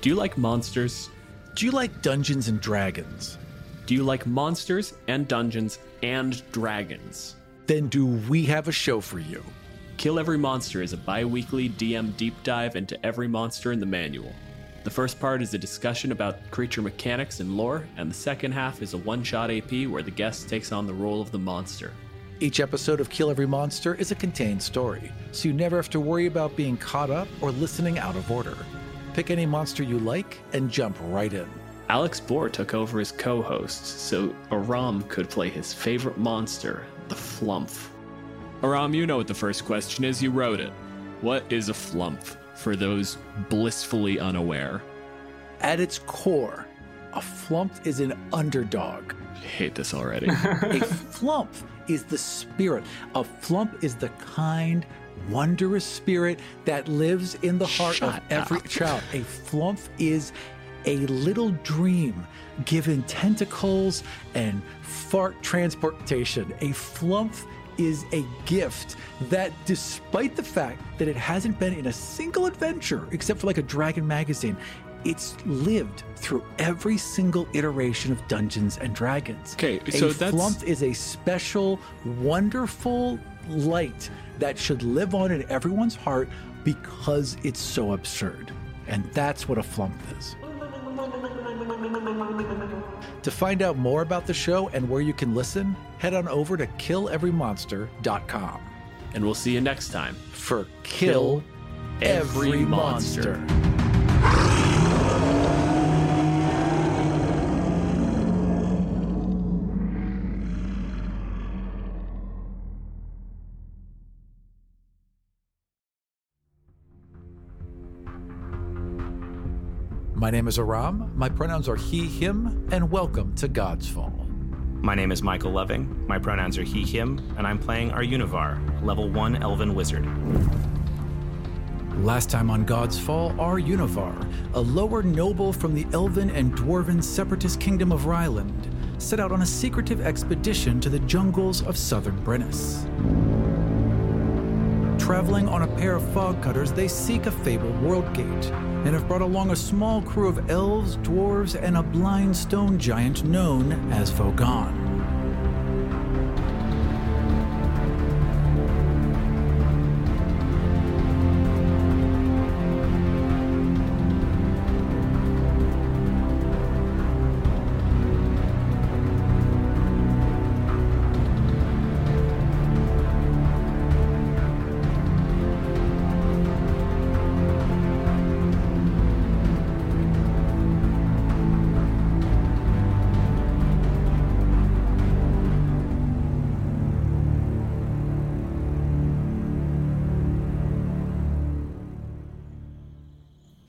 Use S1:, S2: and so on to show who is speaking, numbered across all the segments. S1: Do you like monsters?
S2: Do you like Dungeons and Dragons?
S1: Do you like monsters and dungeons and dragons?
S2: Then do we have a show for you?
S1: Kill Every Monster is a bi weekly DM deep dive into every monster in the manual. The first part is a discussion about creature mechanics and lore, and the second half is a one shot AP where the guest takes on the role of the monster.
S2: Each episode of Kill Every Monster is a contained story, so you never have to worry about being caught up or listening out of order. Pick any monster you like and jump right in.
S1: Alex Bohr took over as co host so Aram could play his favorite monster, the Flumph. Aram, you know what the first question is. You wrote it. What is a Flumph for those blissfully unaware?
S2: At its core, a flump is an underdog.
S1: I hate this already.
S2: A flump is the spirit. A flump is the kind, wondrous spirit that lives in the heart
S1: Shut
S2: of every
S1: up.
S2: child. A flump is a little dream given tentacles and fart transportation. A flump is a gift that, despite the fact that it hasn't been in a single adventure except for like a Dragon magazine, it's lived through every single iteration of Dungeons and Dragons.
S1: Okay,
S2: A
S1: so that's-
S2: flump is a special, wonderful light that should live on in everyone's heart because it's so absurd. And that's what a flump is. To find out more about the show and where you can listen, head on over to killeverymonster.com
S1: and we'll see you next time.
S2: for Kill Every,
S1: Every
S2: monster.
S1: Monster.
S2: My name is Aram, my pronouns are he, him, and welcome to God's Fall.
S3: My name is Michael Loving. My pronouns are he, him, and I'm playing our Univar, level 1 Elven Wizard.
S2: Last time on God's Fall, our Univar, a lower noble from the elven and dwarven separatist kingdom of Ryland, set out on a secretive expedition to the jungles of southern Brennus. Traveling on a pair of fog cutters, they seek a fabled world gate and have brought along a small crew of elves, dwarves, and a blind stone giant known as Vogon.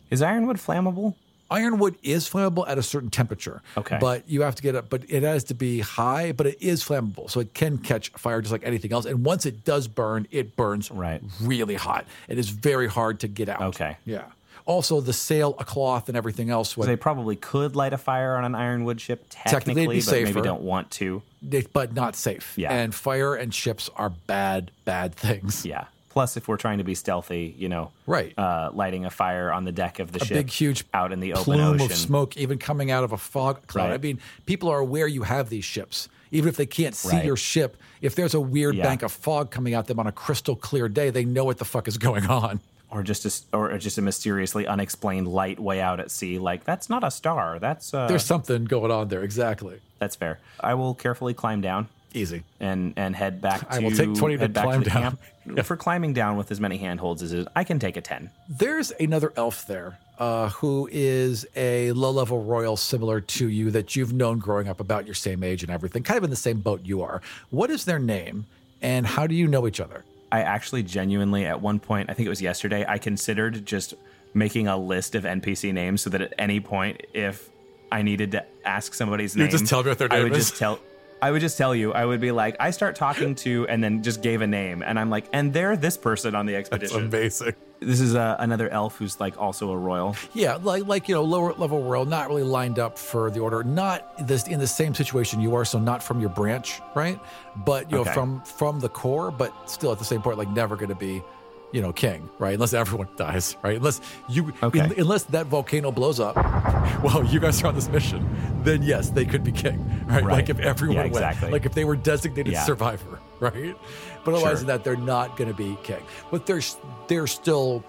S3: Is Ironwood flammable?
S2: Ironwood is flammable at a certain temperature.
S3: Okay.
S2: But you have to get up, but it has to be high, but it is flammable. So it can catch fire just like anything else. And once it does burn, it burns
S3: Right.
S2: really hot. It is very hard to get out.
S3: Okay.
S2: Yeah. Also, the sail, a cloth, and everything else,
S3: They
S2: would,
S3: probably could light a fire on an Ironwood ship,
S2: Technically,
S3: technically,
S2: it'd be
S3: but
S2: safer.
S3: maybe don't want to.
S2: they- but not safe.
S3: Yeah.
S2: And fire and ships are bad, bad things.
S3: Yeah. Plus, if we're trying to be stealthy, you know,
S2: Right.
S3: uh, lighting a fire on the deck of the ship,
S2: big, huge
S3: out in the open
S2: plume
S3: ocean.
S2: of smoke, even coming out of a fog cloud.
S3: Right.
S2: I mean, people are aware you have these ships, even if they can't see
S3: Right.
S2: your ship. If there's a weird
S3: Yeah.
S2: bank of fog coming at them on a crystal clear day, they know what the fuck is going on.
S3: or just a, s- or just a mysteriously unexplained light way out at sea. Like that's not a star. That's uh,
S2: There's something going on there. Exactly.
S3: that's fair. I will carefully climb down
S2: Easy.
S3: and and head back. To,
S2: I will take 20 to
S3: head back
S2: climb
S3: the
S2: down.
S3: camp. For climbing down with as many handholds as is, I can take a ten.
S2: There's another elf there uh, who is a low level royal similar to you that you've known growing up, about your same age and everything, kind of in the same boat you are. What is their name and how do you know each other?
S3: I actually genuinely at one point, I think it was yesterday, I considered just making a list of NPC names so that at any point, if I needed to ask somebody's name,
S2: would just tell me what their
S3: I
S2: name
S3: would
S2: is.
S3: just tell. I would just tell you. I would be like, I start talking to, and then just gave a name, and I'm like, and they're this person on the expedition.
S2: Amazing.
S3: this is uh, another elf who's like also a royal.
S2: Yeah, like like you know, lower level world, not really lined up for the order, not this in the same situation you are, so not from your branch, right? But you know,
S3: Okay.
S2: from from the core, but still at the same point, like never going to be, you know, king, right? Unless everyone dies, right? Unless you,
S3: Okay.
S2: un- unless that volcano blows up while you guys are on this mission, then yes, they could be king, right? Like
S3: Right.
S2: if everyone
S3: Yeah,
S2: went,
S3: exactly.
S2: like if they were designated
S3: Yeah.
S2: survivor, right? But otherwise than
S3: Sure.
S2: that, they're not going to be king. But they're s- they're still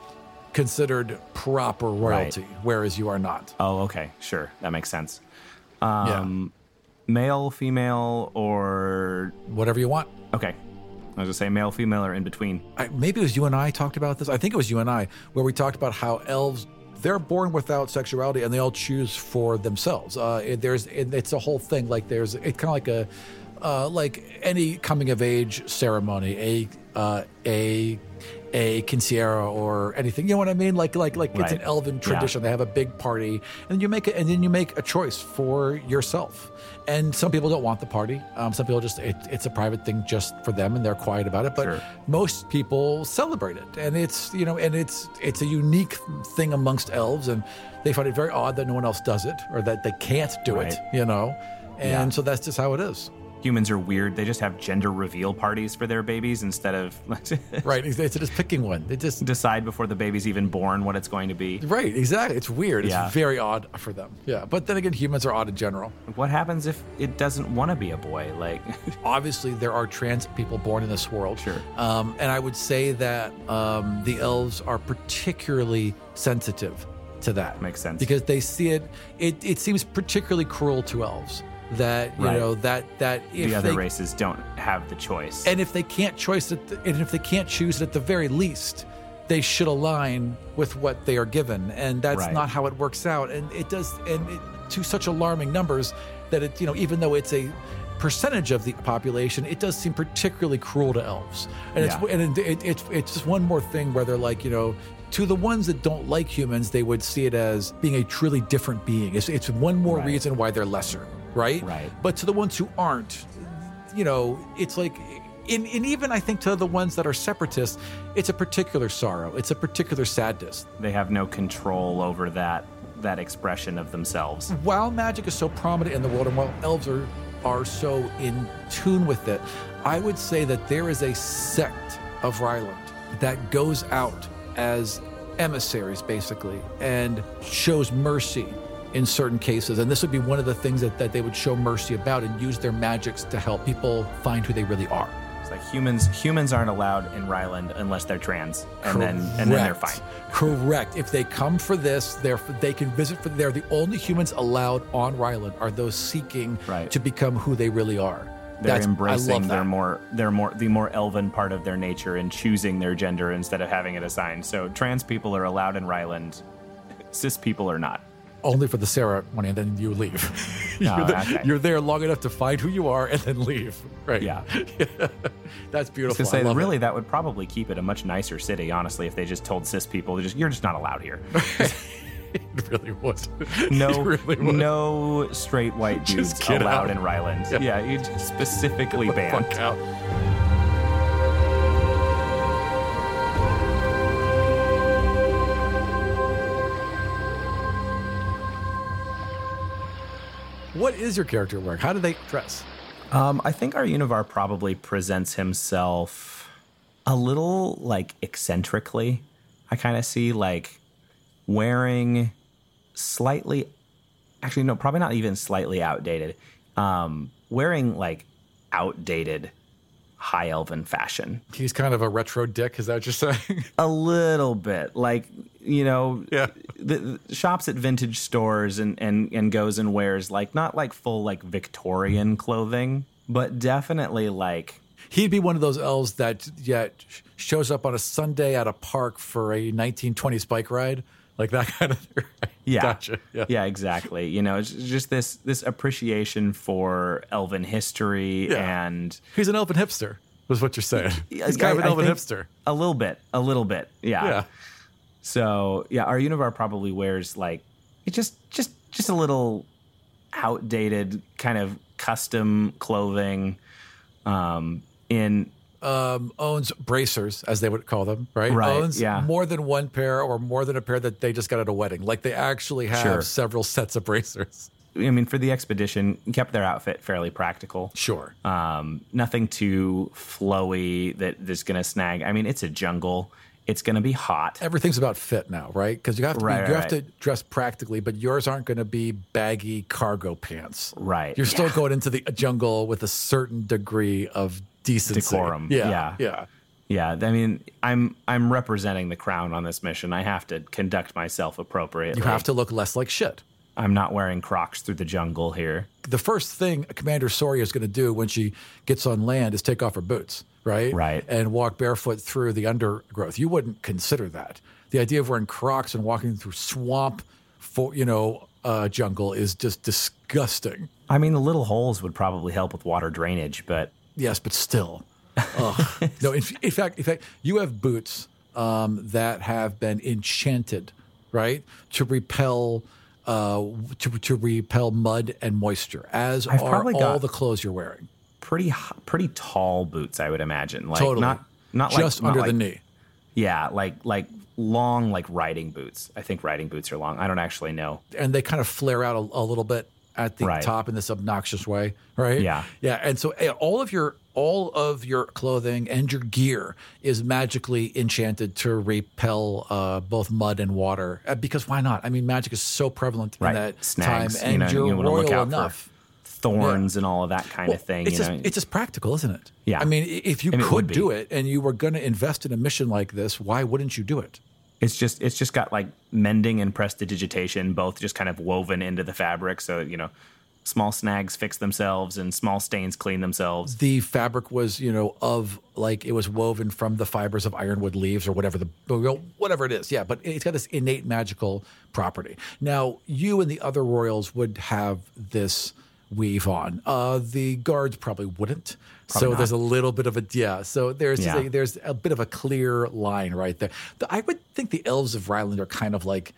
S2: considered proper royalty, whereas you are not.
S3: Oh, okay, sure, that makes sense.
S2: Yeah.
S3: Um, Male, female, or
S2: Whatever you want.
S3: okay. I was gonna say male, female, or in between.
S2: I, maybe it was you and I talked about this. I think it was you and I where we talked about how elves they're born without sexuality and they all choose for themselves. Uh, it, there's it, it's a whole thing. Like there's it's kind of like a uh, like any coming of age ceremony, a uh, a a quinceañera or anything. You know what I mean? Like like like it's an
S3: Right.
S2: elven
S3: Yeah.
S2: tradition. They have a big party and then you make it and then you make a choice for yourself. And some people don't want the party. Um, some people just it, it's a private thing just for them and they're quiet about it. But
S3: Sure.
S2: most people celebrate it and it's you know and it's it's a unique thing amongst elves and they find it very odd that no one else does it or that they can't do it
S3: Right.
S2: you know and
S3: Yeah.
S2: so that's just how it is
S3: Humans are weird. They just have gender reveal parties for their babies instead of
S2: right it's, it's just picking one it just
S3: decide before the baby's even born what it's going to be.
S2: right exactly it's weird
S3: Yeah.
S2: it's very odd for them yeah but then again humans are odd in general
S3: What happens if it doesn't want to be a boy? Like,
S2: obviously there are trans people born in this world.
S3: Sure.
S2: Um, and I would say that um, the elves are particularly sensitive to that.
S3: Makes sense.
S2: Because they see it, it, it seems particularly cruel to elves that, you
S3: Right.
S2: know, that, that if
S3: the other
S2: they,
S3: races don't have the choice.
S2: and if they can't choice it, and if they can't choose it at the very least, they should align with what they are given, and that's
S3: Right.
S2: not how it works out. And it does, and it, to such alarming numbers that it, you know, even though it's a percentage of the population, it does seem particularly cruel to elves. And
S3: Yeah.
S2: it's and it, it, it's it's just one more thing where they're like, you know. To the ones that don't like humans, they would see it as being a truly different being. It's, it's one more
S3: Right.
S2: reason why they're lesser, right?
S3: Right.
S2: But to the ones who aren't, you know, it's like, and, and even I think to the ones that are separatists, it's a particular sorrow, it's a particular sadness.
S3: they have no control over that that expression of themselves.
S2: While magic is so prominent in the world, and while elves are are so in tune with it, I would say that there is a sect of Ryland that goes out as emissaries, basically, and shows mercy in certain cases. And this would be one of the things that, that they would show mercy about and use their magics to help people find who they really are.
S3: It's like humans humans aren't allowed in Ryland unless they're trans, and then and then they're
S2: Correct.
S3: fine.
S2: Correct. If they come for this, they're they can visit for. They're the only humans allowed on Ryland are those seeking
S3: Right.
S2: to become who they really are.
S3: They're
S2: That's- I love
S3: embracing
S2: that.
S3: their more their more the more elven part of their nature and choosing their gender instead of having it assigned. So trans people are allowed in Ryland, cis people are not.
S2: only for the ceremony, and then you leave. you're,
S3: Oh,
S2: the-
S3: okay.
S2: you're there long enough to find who you are, and then leave. Right.
S3: Yeah.
S2: That's beautiful.
S3: To
S2: I
S3: say
S2: love it.
S3: really that would probably keep it a much nicer city, honestly, if they just told cis people just you're just not allowed here.
S2: it really would.
S3: No,
S2: It really would.
S3: no straight white dudes
S2: Just get
S3: allowed
S2: out.
S3: in Ryland.
S2: Yeah.
S3: Yeah, you just specifically
S2: Fuck
S3: banned.
S2: out. What is your character work? How do they dress?
S3: Um, I think our Univar probably presents himself a little like eccentrically. I kind of see like wearing slightly, actually no, probably not even slightly outdated. Um, wearing like outdated high elven fashion.
S2: He's kind of a retro dick. Is that what you're saying?
S3: a little bit like you know
S2: Yeah.
S3: the, the shops at vintage stores and and and goes and wears like not like full like victorian clothing but definitely like
S2: He'd be one of those elves that yeah sh- shows up on a Sunday at a park for a 1920s bike ride, like that kind of. Thing.
S3: yeah
S2: Gotcha. Yeah.
S3: exactly you know it's just this this appreciation for elven history
S2: Yeah.
S3: and
S2: He's an elven hipster. Was what you're saying? He's kind of an
S3: I- I
S2: elven
S3: think
S2: hipster.
S3: a little bit a little bit
S2: Yeah.
S3: So yeah, our Univar probably wears like it just just just a little outdated kind of custom clothing. Um, in
S2: um, owns bracers, as they would call them, right?
S3: Right,
S2: Owns
S3: yeah.
S2: more than one pair or more than a pair that they just got at a wedding. Like they actually have
S3: Sure.
S2: several sets of bracers.
S3: I mean for the expedition, kept their outfit fairly practical.
S2: Sure.
S3: Um, nothing too flowy that is going to snag. I mean, it's a jungle. It's going to be hot.
S2: Everything's about fit now, right? Because you have to be,
S3: Right,
S2: you
S3: right.
S2: have to dress practically, but yours aren't going to be baggy cargo pants.
S3: Right.
S2: You're still going into the jungle with a certain degree of decency,
S3: Decorum,
S2: Yeah,
S3: yeah.
S2: yeah.
S3: Yeah, I mean, I'm I'm representing the crown on this mission. I have to conduct myself appropriately.
S2: You have to look less like shit.
S3: I'm not wearing Crocs through the jungle here.
S2: The first thing Commander Soria is going to do when she gets on land is take off her boots, right?
S3: Right.
S2: And walk barefoot through the undergrowth. You wouldn't consider that. The idea of wearing Crocs and walking through swamp, for you know, uh, jungle is just disgusting.
S3: I mean, the little holes would probably help with water drainage, but
S2: Yes, but still. Ugh. no, in, in fact, in fact, you have boots um, that have been enchanted, right, to repel uh, to, to repel mud and moisture, as
S3: I've
S2: are all
S3: probably got-
S2: the clothes you're wearing.
S3: pretty h- pretty tall boots, I would imagine. Like
S2: Totally,
S3: not not like-
S2: just
S3: not
S2: under
S3: like,
S2: the knee.
S3: Yeah, like like long like riding boots. I think riding boots are long. I don't actually know.
S2: and they kind of flare out a, a little bit at the
S3: Right.
S2: top in this obnoxious way, right?
S3: Yeah.
S2: yeah. And so eh, all of your all of your clothing and your gear is magically enchanted to repel uh, both mud and water. Uh, because why not? I mean, magic is so prevalent
S3: Right.
S2: in that
S3: Snags,
S2: time, and
S3: you know,
S2: you're
S3: you want to
S2: royal
S3: look out
S2: enough.
S3: for thorns and all of that kind of thing,
S2: It's
S3: you
S2: just,
S3: know.
S2: it's just practical, isn't it?
S3: Yeah.
S2: I mean, i- if you
S3: mean, it
S2: could
S3: would be.
S2: do it and you were going to invest in a mission like this, why wouldn't you do it?
S3: It's just it's just got like mending and prestidigitation both just kind of woven into the fabric. So you know, small snags fix themselves and small stains clean themselves.
S2: the fabric was you know of like it was woven from the fibers of ironwood leaves or whatever the whatever it is yeah but it's got this innate magical property now you and the other royals would have this weave on uh the guards probably wouldn't so there's a little bit of a yeah so there's just
S3: Yeah.
S2: a, there's a bit of a clear line right there The- i would think the elves of ryland are kind of like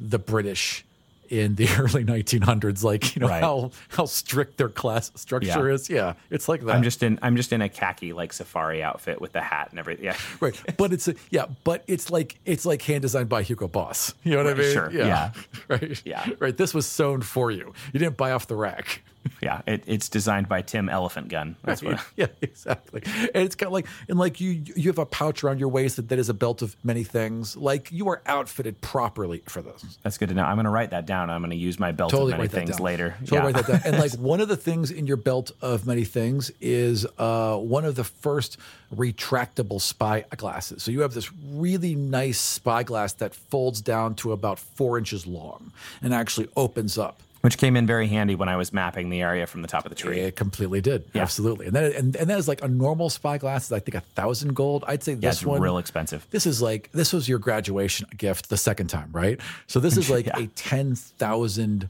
S2: the british in the early 1900s like you know
S3: Right.
S2: how how strict their class structure
S3: Yeah.
S2: is yeah it's like that
S3: I'm just in I'm just in a khaki like safari outfit with the hat and everything. Yeah.
S2: right but it's a, yeah but it's like it's like hand designed by hugo boss you know what
S3: Right,
S2: i mean
S3: sure,
S2: right
S3: Yeah.
S2: right this was sewn for you you didn't buy off the rack
S3: Yeah. It, it's designed by Tim Elephant Gun. That's what
S2: yeah exactly and it's kind of like and like you you have a pouch around your waist that, that is a belt of many things like you are outfitted properly for this
S3: that's good to know. I'm gonna write that down. I'm gonna use my belt
S2: totally
S3: of many
S2: write that
S3: things
S2: down.
S3: later.
S2: Totally
S3: yeah.
S2: write that down. And like one of the things in your belt of many things is uh, one of the first retractable spy glasses. So you have this really nice spy glass that folds down to about four inches long and actually opens up.
S3: Which came in very handy when I was mapping the area from the top of the tree.
S2: It completely did. Absolutely. And that and, and that is like a normal spy glass is I think a thousand gold. I'd say
S3: Yeah,
S2: this
S3: it's
S2: one
S3: real expensive.
S2: this is like this was your graduation gift the second time, right? So this is like a ten thousand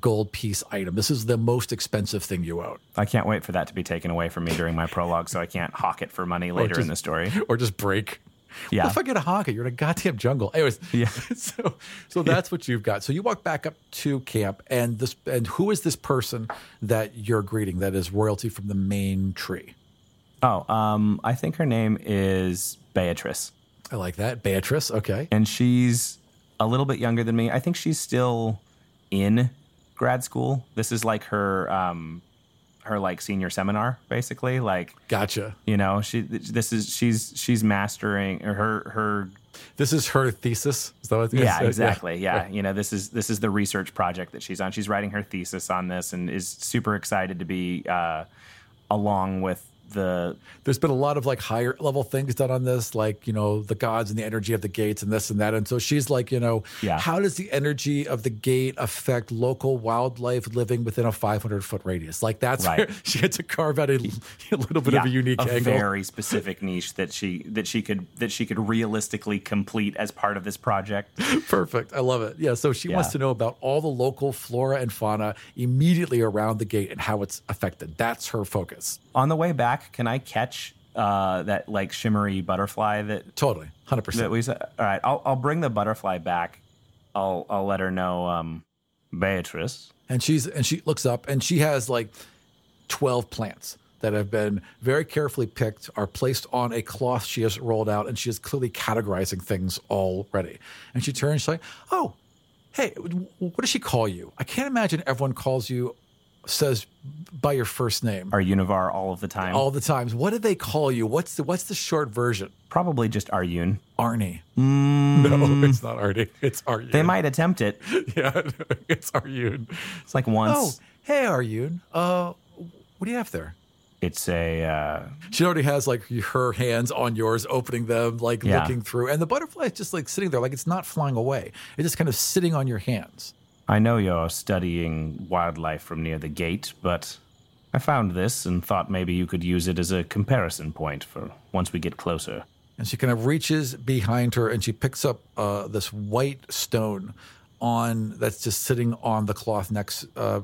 S2: gold piece item. This is the most expensive thing you own,
S3: I can't wait for that to be taken away from me during my prologue, so I can't hawk it for money later in the story.
S2: or just break.
S3: Yeah.
S2: Well, if I get a honka, you're in a goddamn jungle. Anyways, yeah. So, so that's what you've got. So you walk back up to camp, and this, and who is this person that you're greeting? That is royalty from the main tree.
S3: Oh, um, I think her name is Beatrice,
S2: I like that, Beatrice. Okay,
S3: and she's a little bit younger than me. I think she's still in grad school. This is like her, um, her like senior seminar, basically. Like
S2: gotcha.
S3: you know, she this is she's she's mastering or her her
S2: This is her thesis. Is that what it is?
S3: yeah exactly yeah you know this is this is the research project that she's on she's writing her thesis on this and is super excited to be uh, along with the
S2: there's been a lot of like higher level things done on this, like, you know, the gods and the energy of the gates and this and that. And so she's like, you know,
S3: Yeah.
S2: how does the energy of the gate affect local wildlife living within a 500 foot radius? Like, that's
S3: Right.
S2: where she had to carve out a, a little bit of a
S3: Yeah,
S2: unique angle.
S3: very specific niche that she that she could that she could realistically complete as part of this project.
S2: Perfect. I love it. Yeah. So she wants
S3: Yeah.
S2: to know about all the local flora and fauna immediately around the gate and how it's affected. That's her focus.
S3: On the way back, can I catch uh, that like shimmery butterfly that
S2: Totally. 100%.
S3: that we saw? All right, I'll I'll bring the butterfly back. I'll I'll let her know, um, Beatrice.
S2: and she's and she looks up and she has like 12 plants that have been very carefully picked are placed on a cloth she has rolled out and she is clearly categorizing things already and she turns she's like oh hey w- what does she call you i can't imagine everyone calls you says by your first name
S3: Our Univar all of the time.
S2: all the times. What do they call you? What's the what's the short version?
S3: Probably just Aryun.
S2: Arnie.
S4: No, it's not Artie. It's Aryun.
S3: They might attempt it.
S4: Yeah, it's Aryun.
S3: It's like
S2: Oh,
S3: once.
S2: hey Aryun. Uh, what do you have there?
S3: It's a uh,
S2: She already has like her hands on yours, opening them, like
S3: Yeah.
S2: looking through, and the butterfly is just like sitting there, like it's not flying away. It's just kind of sitting on your hands.
S3: I know you're studying wildlife from near the gate, but I found this and thought maybe you could use it as a comparison point for once we get closer.
S2: And she kind of reaches behind her and she picks up uh, this white stone on that's just sitting on the cloth next uh,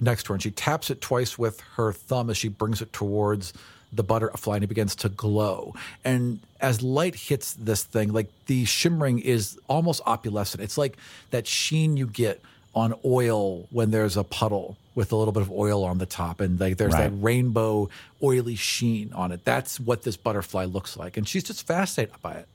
S2: next to her, and she taps it twice with her thumb as she brings it towards the butterfly, and it begins to glow. And as light hits this thing, like the shimmering is almost opalescent. It's like that sheen you get on oil when there's a puddle with a little bit of oil on the top and like there's that
S3: Right.
S2: rainbow oily sheen on it that's what this butterfly looks like and she's just fascinated by it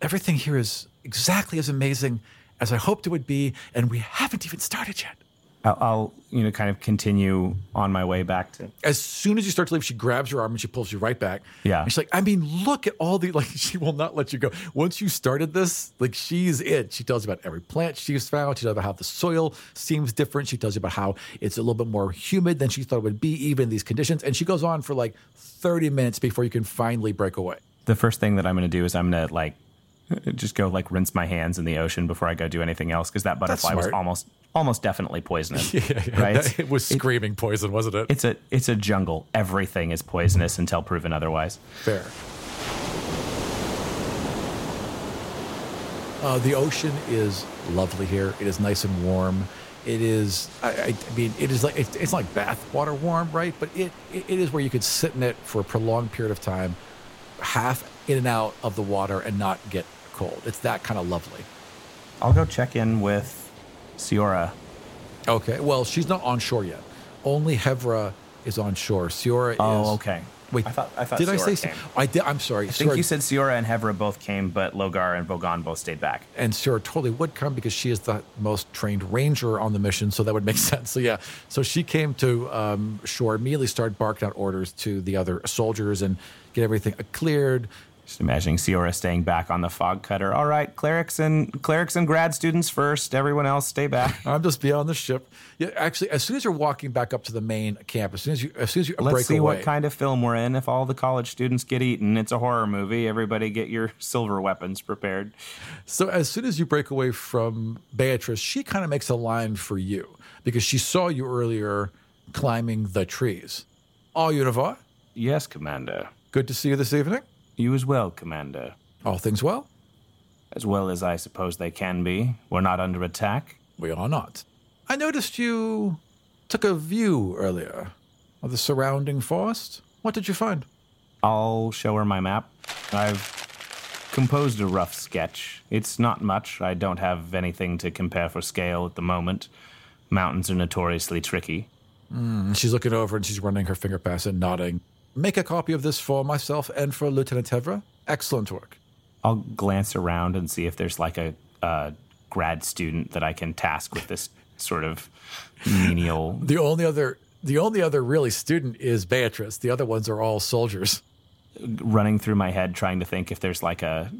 S2: everything here is exactly as amazing as i hoped it would be and we haven't even started yet
S3: I'll, I'll you know, kind of continue on my way back to.
S2: as soon as you start to leave, she grabs your arm and she pulls you right back.
S3: Yeah.
S2: And she's like, I mean, look at all the, like, she will not let you go. Once you started this, like, she's it. She tells you about every plant she's found. She tells you about how the soil seems different. She tells you about how it's a little bit more humid than she thought it would be, even in these conditions. And she goes on for like 30 minutes before you can finally break away.
S3: The first thing that I'm going to do is I'm going to like just go like rinse my hands in the ocean before I go do anything else because that butterfly was
S2: smart.
S3: almost almost definitely poisonous. Right?
S4: It was screaming poison, wasn't it?
S3: It's a it's a jungle. Everything is poisonous until proven otherwise.
S2: Fair. Uh, the ocean is lovely here. It is nice and warm. It is. I, I I mean, it is like it's it's not like bath water warm, right? But it, it it is where you could sit in it for a prolonged period of time, half in and out of the water and not get cold. It's that kind of lovely.
S3: I'll go check in with Siora.
S2: Okay. Well, she's not on shore yet. Only Hevra is on shore. Siora is.
S3: Oh, okay.
S2: Wait,
S3: I thought I thought
S2: did
S3: Siora
S2: I say?
S3: came.
S2: I did. I'm sorry.
S3: I think you said Siora and Hevra both came, but Logar and Vogan both stayed back.
S2: and Sarah totally would come because she is the most trained ranger on the mission, so that would make sense. So yeah, so she came to um, shore, immediately started barking out orders to the other soldiers and get everything cleared.
S3: Just imagining Siora staying back on the fog cutter. All right, clerics and clerics and grad students first. Everyone else stay back.
S2: I'm just beyond the ship. Yeah, actually, as soon as you're walking back up to the main camp, as soon as you as soon as you
S3: Let's
S2: break
S3: see
S2: away,
S3: what kind of film we're in. If all the college students get eaten, it's a horror movie. Everybody get your silver weapons prepared.
S2: So as soon as you break away from Beatrice, she kind of makes a line for you because she saw you earlier climbing the trees. Oh, Univar,
S3: Yes, Commander.
S2: good to see you this evening.
S3: You as well, Commander.
S2: All things well?
S3: As well as I suppose they can be. We're not under attack.
S2: We are not. I noticed you took a view earlier of the surrounding forest. What did you find?
S3: I'll show her my map. I've composed a rough sketch. It's not much. I don't have anything to compare for scale at the moment. Mountains are notoriously tricky.
S2: And Mm, she's looking over and she's running her finger past and nodding. Make a copy of this for myself and for Lieutenant Hevra. Excellent work.
S3: I'll glance around and see if there's like a, a grad student that I can task with this sort of menial.
S2: The only other the only other really student is Beatrice. The other ones are all soldiers.
S3: running through my head, trying to think if there's like a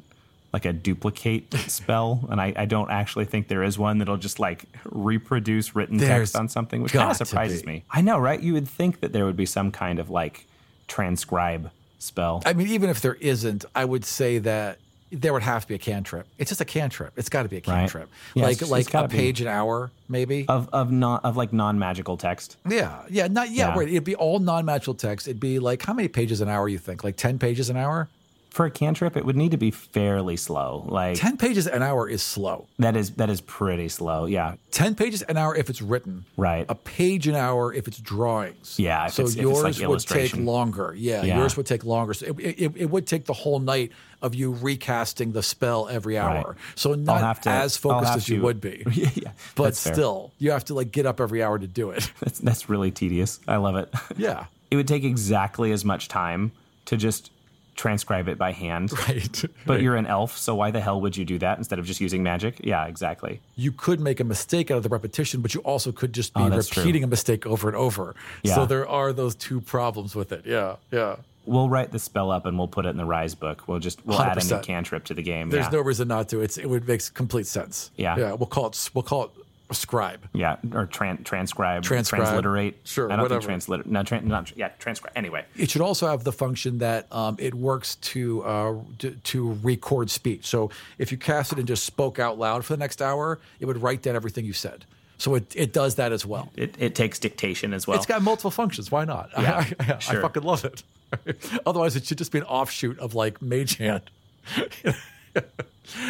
S3: like a duplicate spell, and I, I don't actually think there is one that'll just like reproduce written
S2: There's
S3: text on something, which kind
S2: got
S3: of
S2: to
S3: surprises
S2: be.
S3: me. I know, right? You would think that there would be some kind of like transcribe spell.
S2: I mean, even if there isn't, I would say that there would have to be a cantrip. It's just a cantrip. It's got to be a cantrip.
S3: Yeah,
S2: like
S3: it's- it's
S2: like a
S3: gotta be.
S2: page an hour, maybe.
S3: of of non of like non magical text.
S2: Yeah, yeah, not yeah,
S3: Yeah.
S2: Right, it'd be all non-magical text. It'd be like how many pages an hour you think? Like ten pages an hour?
S3: For a cantrip, it would need to be fairly slow. Like
S2: Ten pages an hour is slow.
S3: that is that is pretty slow. Yeah.
S2: Ten pages an hour if it's written.
S3: Right.
S2: A page an hour if it's drawings.
S3: Yeah, if
S2: so
S3: it's- if it's
S2: yours
S3: like
S2: would take
S3: illustration.
S2: longer. Yeah,
S3: Yeah.
S2: yours would take longer. So it, it, it would take the whole night of you recasting the spell every hour.
S3: Right.
S2: So not
S3: have to-
S2: as
S3: I'll
S2: focused
S3: have
S2: as you
S3: to-
S2: would be.
S3: yeah, yeah.
S2: But
S3: That's fair.
S2: still, you have to like get up every hour to do it.
S3: That's that's really tedious. I love it.
S2: yeah.
S3: it would take exactly as much time to just transcribe it by hand.
S2: Right.
S3: But you're an elf, so why the hell would you do that instead of just using magic? Yeah, exactly.
S2: you could make a mistake out of the repetition, but you also could just be
S3: Oh, that's true.
S2: repeating a mistake over and over.
S3: Yeah.
S2: So there are those two problems with it. Yeah, yeah.
S3: We'll write the spell up and we'll put it in the rise book. We'll just we'll add a new
S2: 100%.
S3: cantrip to the game.
S2: There's
S3: yeah.
S2: no reason not to. It's it would makes complete sense.
S3: Yeah.
S2: yeah. We'll call it we'll call it scribe.
S3: yeah, or tran- transcribe,
S2: Transcribe.
S3: transliterate.
S2: Sure,
S3: I don't
S2: whatever.
S3: think transliterate. No, tran- not, yeah, transcribe. Anyway,
S2: It should also have the function that um, it works to, uh, to to record speech. So if you cast it and just spoke out loud for the next hour, it would write down everything you said. So it, it does that as well.
S3: it, it takes dictation as well.
S2: It's got multiple functions. Why not? I, I, I fucking love it. Otherwise, it should just be an offshoot of like Mage Hand.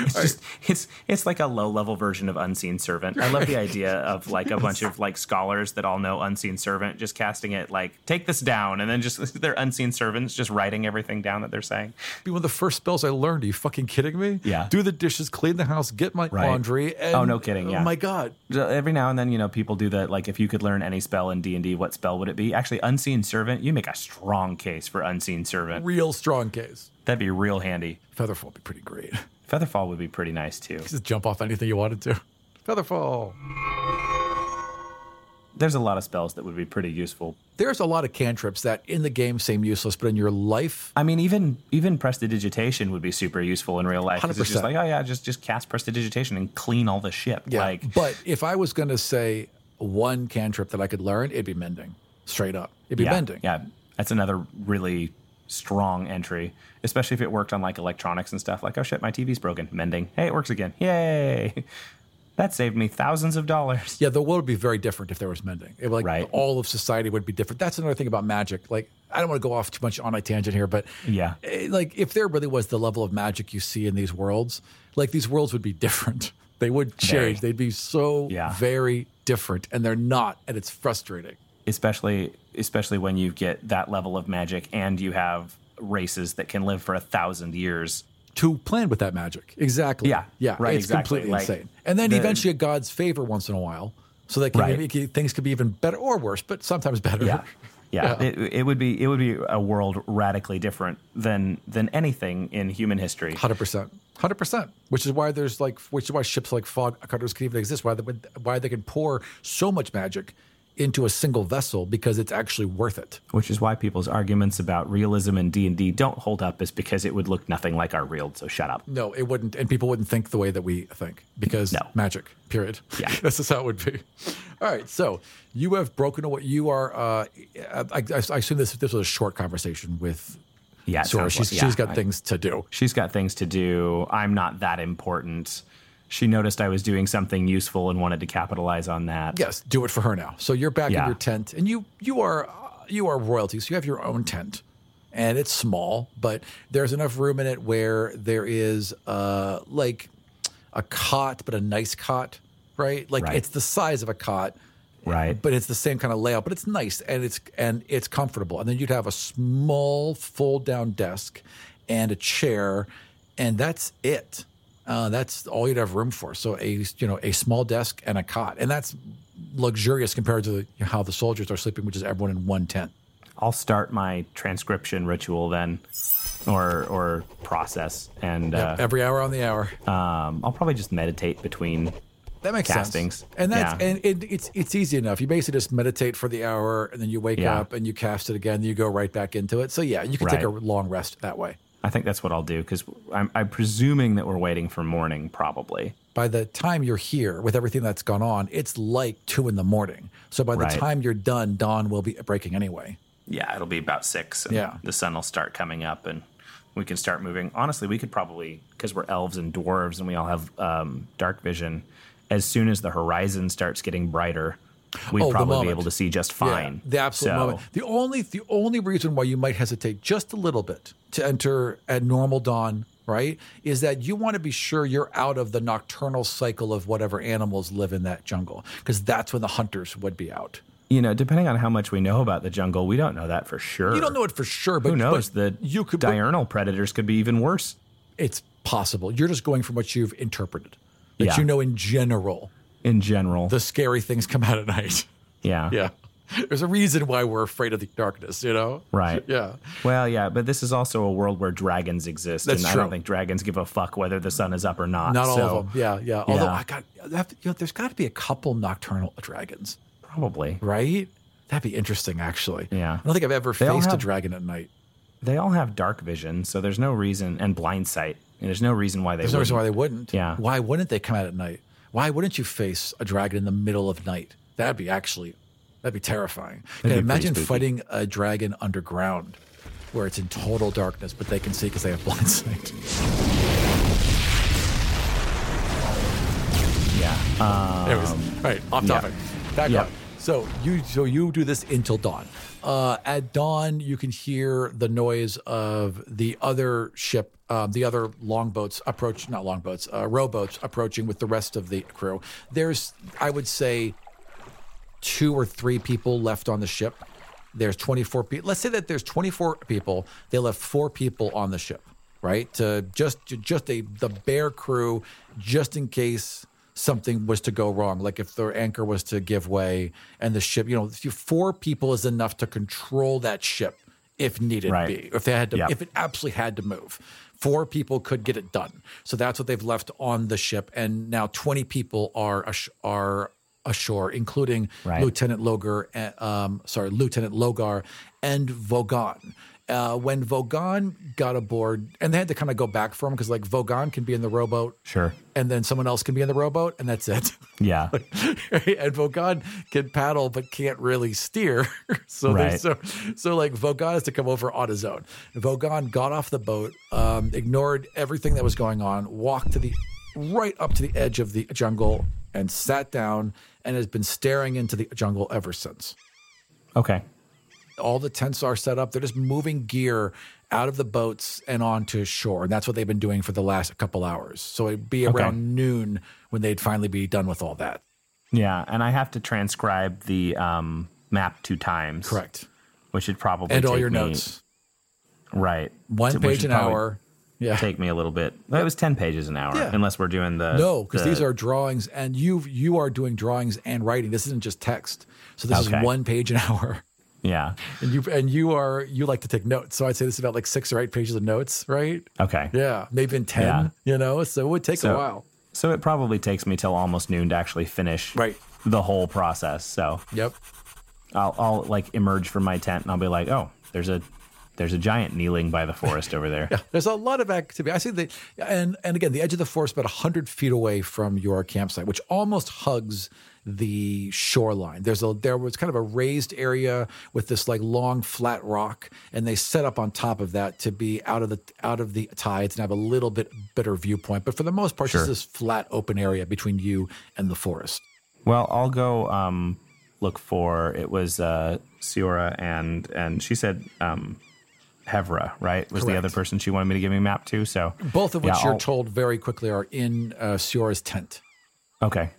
S3: It's just it's it's like a low level version of Unseen Servant. I love the idea of like a bunch of like scholars that all know Unseen Servant just casting it like take this down and then just their Unseen Servants just writing everything down that they're saying.
S2: Be one of the first spells I learned. Are you fucking kidding me?
S3: Yeah.
S2: Do the dishes, clean the house, get my
S3: Right.
S2: laundry. And,
S3: Oh, no kidding, yeah.
S2: Oh my god.
S3: So Every now and then, you know, people do that. Like, if you could learn any spell in D and D, what spell would it be? Actually, Unseen Servant. You make a strong case for Unseen Servant.
S2: Real strong case.
S3: That'd be real handy.
S2: Featherfall would be pretty great.
S3: Featherfall would be pretty nice too.
S2: Just jump off anything you wanted to. Featherfall.
S3: There's a lot of spells that would be pretty useful.
S2: There's a lot of cantrips that in the game seem useless, but in your life,
S3: I mean, even even prestidigitation would be super useful in real life. 'cause It's just
S2: 100%.
S3: like, oh yeah, just just cast prestidigitation and clean all the ship. Like,
S2: but if I was going to say one cantrip that I could learn, it'd be mending. Straight up, it'd be
S3: yeah,
S2: mending.
S3: Yeah, that's another really strong entry, especially if it worked on like electronics and stuff. Like, oh shit, my TV's broken. Mending. Hey, it works again. Yay! That saved me thousands of dollars.
S2: Yeah, the world would be very different if there was mending. It, would, like
S3: Right.
S2: all of society would be different. That's another thing about magic. Like I don't want to go off too much on a tangent here, but
S3: Yeah.
S2: eh, like if there really was the level of magic you see in these worlds, like these worlds would be different. They would
S3: Very.
S2: change. They'd be so
S3: Yeah.
S2: very different, and they're not, and it's frustrating.
S3: especially especially when you get that level of magic and you have races that can live for a thousand years.
S2: To plan with that magic, exactly.
S3: Yeah.
S2: yeah,
S3: Right,
S2: It's
S3: exactly.
S2: completely
S3: Like,
S2: insane. And then
S3: the-
S2: eventually, a god's favor once in a while, so that can,
S3: Right.
S2: it- things could be even better or worse, but sometimes better.
S3: Yeah. Yeah, It, it would be it would be a world radically different than than anything in human history.
S2: Hundred percent, hundred percent. Which is why there's like, which is why ships like fog cutters can even exist. Why they, would- why they can pour so much magic into a single vessel because it's actually worth it.
S3: Which is why people's arguments about realism and D and D don't hold up, is because it would look nothing like our real. So shut up.
S2: No, it wouldn't, and people wouldn't think the way that we think because
S3: No.
S2: magic. Period.
S3: Yeah.
S2: this is how it would be. All right, so you have broken away. You are. Uh, I, I, I assume this this was a short conversation with
S3: Yeah, it
S2: Sora.
S3: sounds like-
S2: She's
S3: yeah,
S2: she's got
S3: I-
S2: things to do.
S3: She's got things to do. I'm not that important. She noticed I was doing something useful and wanted to capitalize on that.
S2: Yes, do it for her now. So you're back
S3: Yeah.
S2: in your tent, and you you are uh, you are royalty, so you have your own tent, and it's small, but there's enough room in it where there is uh like a cot, but a nice cot, right? Like
S3: Right.
S2: it's the size of a cot,
S3: Right.
S2: but it's the same kind of layout, but it's nice and it's and it's comfortable. And then you'd have a small fold down desk and a chair, and that's it. Uh, that's all you'd have room for. So a you know a small desk and a cot, and that's luxurious compared to how the soldiers are sleeping, which is everyone in one tent.
S3: I'll start my transcription ritual then, or or process, and uh,
S2: Every hour on the hour.
S3: um, I'll probably just meditate between.
S2: That makes
S3: castings.
S2: sense. And that's
S3: Yeah.
S2: and it, it's it's easy enough. You basically just meditate for the hour, and then you wake
S3: Yeah.
S2: up and you cast it again. And you go right back into it. So yeah, you can take a
S3: Right.
S2: long rest that way.
S3: I think that's what I'll do because I'm, I'm presuming that we're waiting for morning, probably.
S2: by the time you're here with everything that's gone on, it's like two in the morning. So by the
S3: Right.
S2: time you're done, dawn will be breaking anyway.
S3: Yeah, it'll be about six. And
S2: Yeah.
S3: the sun will start coming up, and we can start moving. Honestly, we could probably because we're elves and dwarves, and we all have um, dark vision. As soon as the horizon starts getting brighter, we'd
S2: Oh, the
S3: probably be
S2: moment.
S3: able to see just fine.
S2: the absolute
S3: So-
S2: moment. The only the only reason why you might hesitate just a little bit to enter at normal dawn, right, is that you want to be sure you're out of the nocturnal cycle of whatever animals live in that jungle, because that's when the hunters would be out.
S3: you know, depending on how much we know about the jungle, we don't know that for sure.
S2: You don't know it for sure, but
S3: Who knows? The
S2: But you could. but
S3: diurnal predators could be even worse.
S2: it's possible. You're just going from what you've interpreted, that
S3: Yeah.
S2: you know in general.
S3: in general.
S2: The scary things come out at night.
S3: yeah.
S2: Yeah. There's a reason why we're afraid of the darkness, you know?
S3: Right.
S2: Yeah.
S3: Well, yeah, but this is also a world where dragons exist,
S2: That's
S3: and I
S2: true.
S3: don't think dragons give a fuck whether the sun is up or not.
S2: Not all
S3: so
S2: of them. Yeah, yeah. Although
S3: Yeah.
S2: I got, that, you know, there's got to be a couple nocturnal dragons,
S3: Probably.
S2: right? That'd be interesting, actually.
S3: Yeah.
S2: I don't think I've ever
S3: all
S2: faced a
S3: have-
S2: dragon at night.
S3: They all have dark vision, so there's no reason, and blind sight. And there's no reason why they
S2: There's no reason why they wouldn't.
S3: Yeah.
S2: Why wouldn't they come out at night? Why wouldn't you face a dragon in the middle of night? That'd be actually, that'd be terrifying. Can
S3: be pretty
S2: imagine
S3: spooky.
S2: fighting a dragon underground, where it's in total darkness, but they can see because they have blind sight.
S3: Yeah. Uh,
S2: Anyways, all right, off topic. Back
S3: Yeah.
S2: up. So you so you do this until dawn. Uh, at dawn, you can hear the noise of the other ship, um, the other longboats approach, not longboats, uh, rowboats approaching with the rest of the crew. There's, I would say, two or three people left on the ship. There's 24 people. Let's say that there's 24 people. They left four people on the ship, right? To just just a the bare crew, just in case something was to go wrong. Like if their anchor was to give way and the ship, you know, if you- four people is enough to control that ship if needed
S3: Right.
S2: be. If they had to,
S3: Yep.
S2: if it absolutely had to move, four people could get it done. So that's what they've left on the ship, and now 20 people are ash- are ashore, including
S3: Right.
S2: Lieutenant Logar, uh, um, sorry, Lieutenant Logar and Vogan. Uh, when Vogan got aboard, and they had to kind of go back for him because like Vogan can be in the rowboat,
S3: Sure.
S2: and then someone else can be in the rowboat, and that's it.
S3: yeah.
S2: and Vogan can paddle but can't really steer. so
S3: Right.
S2: there's so so like Vogan has to come over on his own. Vogan got off the boat, um, ignored everything that was going on, walked to the right up to the edge of the jungle and sat down and has been staring into the jungle ever since
S3: Okay.
S2: all the tents are set up. They're just moving gear out of the boats and onto shore. And that's what they've been doing for the last couple hours. So it'd be around noon when they'd finally be done with all that.
S3: Yeah, and I have to transcribe the um, map two times.
S2: Correct.
S3: Which would probably
S2: And all
S3: take
S2: your
S3: me-
S2: notes.
S3: Right.
S2: One
S3: So- which
S2: page
S3: would
S2: an
S3: probably
S2: hour. Yeah.
S3: Take me a little bit. Well, it was ten pages an hour,
S2: Yeah.
S3: unless we're doing the
S2: No, because
S3: the-
S2: these are drawings and you you are doing drawings and writing. This isn't just text. So this
S3: Okay.
S2: is one page an hour.
S3: yeah.
S2: And you and you are you like to take notes. So I'd say this is about like six or eight pages of notes, right?
S3: Okay.
S2: Yeah. Maybe in ten,
S3: Yeah.
S2: you know? So it would take
S3: So-
S2: a while.
S3: So it probably takes me till almost noon to actually finish
S2: Right.
S3: the whole process. So
S2: Yep.
S3: I'll, I'll like emerge from my tent and I'll be like, oh, there's a there's a giant kneeling by the forest over there.
S2: There's a lot of activity. I see the and and again the edge of the forest about hundred feet away from your campsite, which almost hugs the shoreline. There's a there was kind of a raised area with this like long flat rock, and they set up on top of that to be out of the out of the tides and have a little bit better viewpoint. But for the most part, it's
S3: Sure.
S2: this flat open area between you and the forest.
S3: Well, I'll go um, look for it was uh, Siora and and she said um, Hevra, right? Was the other person she wanted me to give me a map to. So
S2: Both of which
S3: Yeah,
S2: you're
S3: I'll-
S2: told very quickly are in uh, Siora's tent.
S3: okay,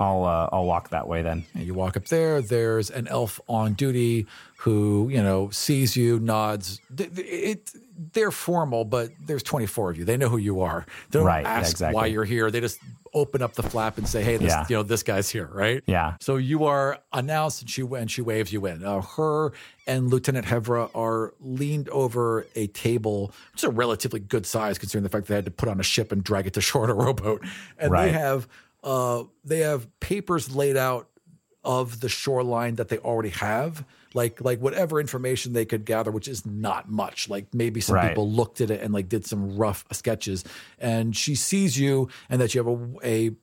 S3: I'll uh, I'll walk that way then.
S2: And you walk up there, there's an elf on duty who, you know, sees you, nods. Th- th- It, they're formal, but there's 24 of you. They know who you are. They don't
S3: Right, yeah,
S2: ask
S3: exactly.
S2: why you're here. They just open up the flap and say, hey, this,
S3: Yeah.
S2: you know, this guy's here, right?
S3: Yeah.
S2: So you are announced and she, and she waves you in. Uh, her and Lieutenant Hevra are leaned over a table, which is a relatively good size considering the fact they had to put on a ship and drag it to shore in a rowboat. And
S3: Right.
S2: they have uh, they have papers laid out of the shoreline that they already have like like whatever information they could gather which is not much like maybe some
S3: Right.
S2: people looked at it and like did some rough sketches and she sees you and that you have a a,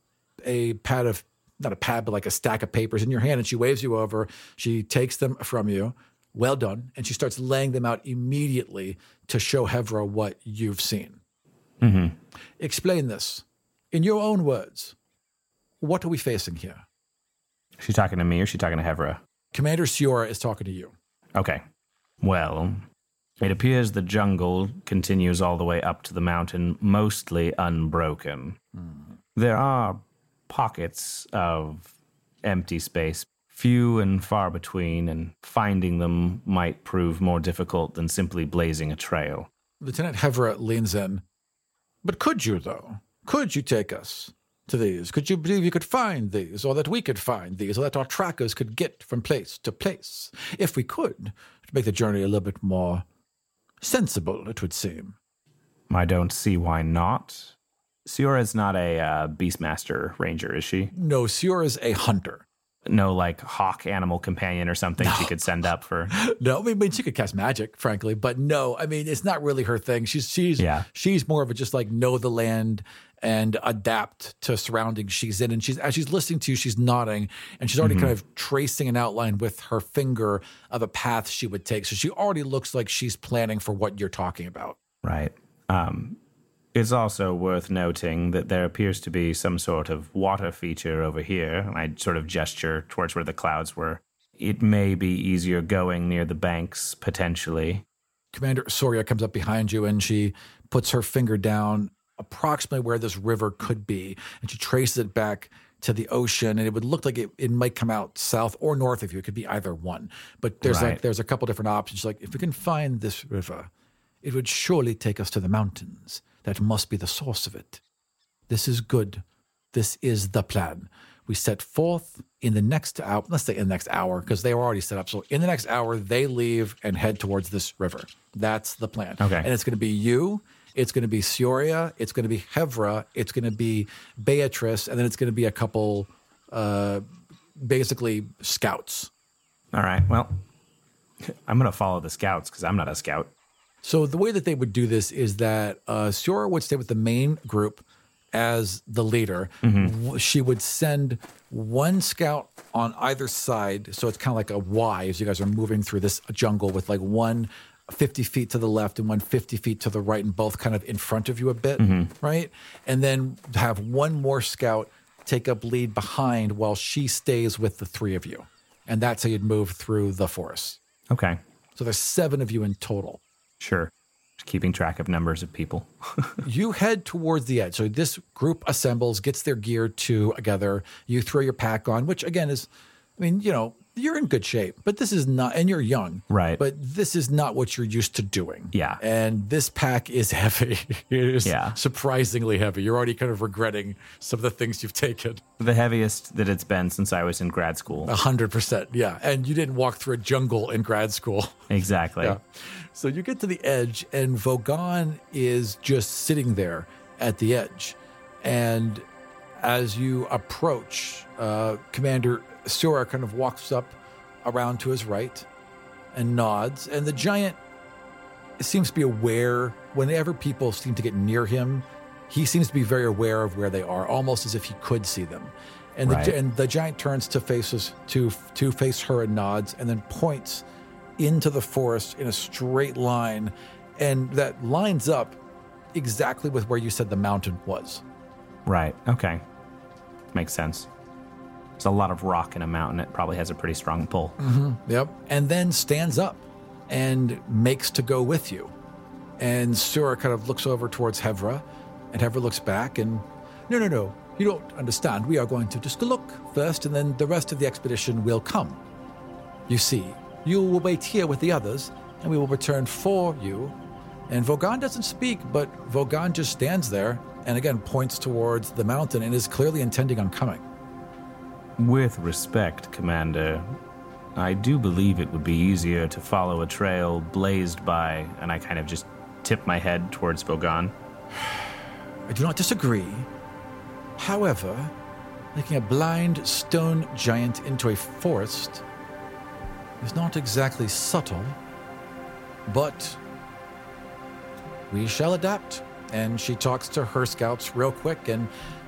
S2: a pad of not a pad but like a stack of papers in your hand and she waves you over she takes them from you well done and she starts laying them out immediately to show hevra what you've seen explain this in your own words what are we facing here
S3: She's talking to me or she talking to Hevra?
S2: Commander Siora is talking to you.
S3: Okay. Well, it appears the jungle continues all the way up to the mountain, mostly unbroken. There are pockets of empty space, few and far between, and finding them might prove more difficult than simply blazing a trail.
S2: Lieutenant Hevra leans in. But could you, though? Could you take us to these? Could you believe you could find these, or that we could find these, or that our trackers could get from place to place? If we could, to make the journey a little bit more sensible, it would seem.
S3: I don't see why not. Siora is not a uh, beastmaster ranger, is she?
S2: No, Sior is a hunter.
S3: No, like hawk animal companion or something she could send up for.
S2: No, I mean she could cast magic, frankly, but no, I mean it's not really her thing. She's she's
S3: Yeah.
S2: she's more of a just like know the land and adapt to surroundings she's in. And she's as she's listening to you, she's nodding and she's already kind of tracing an outline with her finger of a path she would take. So she already looks like she's planning for what you're talking about.
S3: Right. Um, it's also worth noting that there appears to be some sort of water feature over here, and I sort of gesture towards where the clouds were. It may be easier going near the banks, potentially.
S2: Commander Soria comes up behind you and she puts her finger down approximately where this river could be. And she traces it back to the ocean. And it would look like it, it might come out south or north of you. It could be either one. But there's like
S3: Right.
S2: there's a couple different options. Like, if we can find this river, it would surely take us to the mountains. That must be the source of it. This is good. This is the plan. We set forth in the next hour. Let's say in the next hour because they were already set up. So in the next hour, they leave and head towards this river. That's the plan.
S3: Okay.
S2: And it's going to be you. It's going to be Sioria. It's going to be Hevra. It's going to be Beatrice, and then it's going to be a couple, uh, basically scouts.
S3: All right. Well, I'm going to follow the scouts because I'm not a scout.
S2: So the way that they would do this is that uh, Siora would stay with the main group as the leader. W- She would send one scout on either side. So it's kind of like a Y as you guys are moving through this jungle with like one 50 feet to the left and one 50 feet to the right and both kind of in front of you a bit, right? And then have one more scout take up lead behind while she stays with the three of you. And that's how you'd move through the forest.
S3: Okay.
S2: So there's seven of you in total.
S3: Sure. Just keeping track of numbers of people.
S2: you head towards the edge. So this group assembles, gets their gear to- together. You throw your pack on, which again is, I mean, you know, you're in good shape, but this is not, and you're young,
S3: Right.
S2: But this is not what you're used to doing.
S3: Yeah.
S2: And this pack is heavy. it is
S3: Yeah.
S2: surprisingly heavy. You're already kind of regretting some of the things you've taken.
S3: the heaviest that it's been since I was in grad school.
S2: A hundred percent. Yeah. And you didn't walk through a jungle in grad school.
S3: Exactly.
S2: So you get to the edge, and Vogan is just sitting there at the edge. And as you approach, uh, Commander Sora kind of walks up around to his right and nods. And the giant seems to be aware whenever people seem to get near him, he seems to be very aware of where they are, almost as if he could see them. And the,
S3: Right.
S2: and the giant turns to faces to to face her and nods, and then points into the forest in a straight line, and that lines up exactly with where you said the mountain was.
S3: Right. Okay. Makes sense. There's a lot of rock in a mountain. It probably has a pretty strong pull.
S2: Yep. And then stands up and makes to go with you. And Sura kind of looks over towards Hevra, and Hevra looks back and, no, no, no, you don't understand. We are going to just look first, and then the rest of the expedition will come. You see, you will wait here with the others, and we will return for you. And Vogan doesn't speak, but Vogan just stands there and again points towards the mountain and is clearly intending on coming.
S3: With respect, Commander, I do believe it would be easier to follow a trail blazed by, and I kind of just tip my head towards Bogan.
S2: I do not disagree. However, making a blind stone giant into a forest is not exactly subtle, but we shall adapt. And she talks to her scouts real quick, and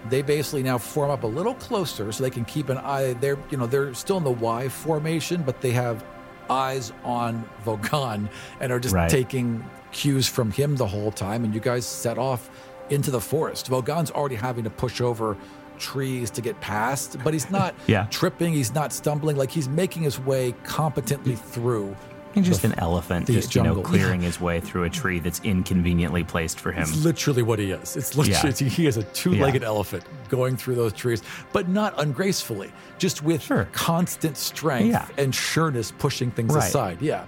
S2: they basically now form up a little closer so they can keep an eye. They're you know they're still in the Y formation, but they have eyes on Vogan and are just
S3: Right.
S2: taking cues from him the whole time. And you guys set off into the forest. Vogan's already having to push over trees to get past, but he's not
S3: Yeah.
S2: tripping. He's not stumbling. Like he's making his way competently through.
S3: He's just an elephant,
S2: the
S3: just you know,
S2: jungle.
S3: clearing his way through a tree that's inconveniently placed for him.
S2: It's literally what he is. It's literally
S3: Yeah.
S2: it's- he is a two-legged elephant going through those trees, but not ungracefully, just with
S3: Sure.
S2: constant strength
S3: Yeah.
S2: and sureness, pushing things
S3: Right.
S2: aside. Yeah.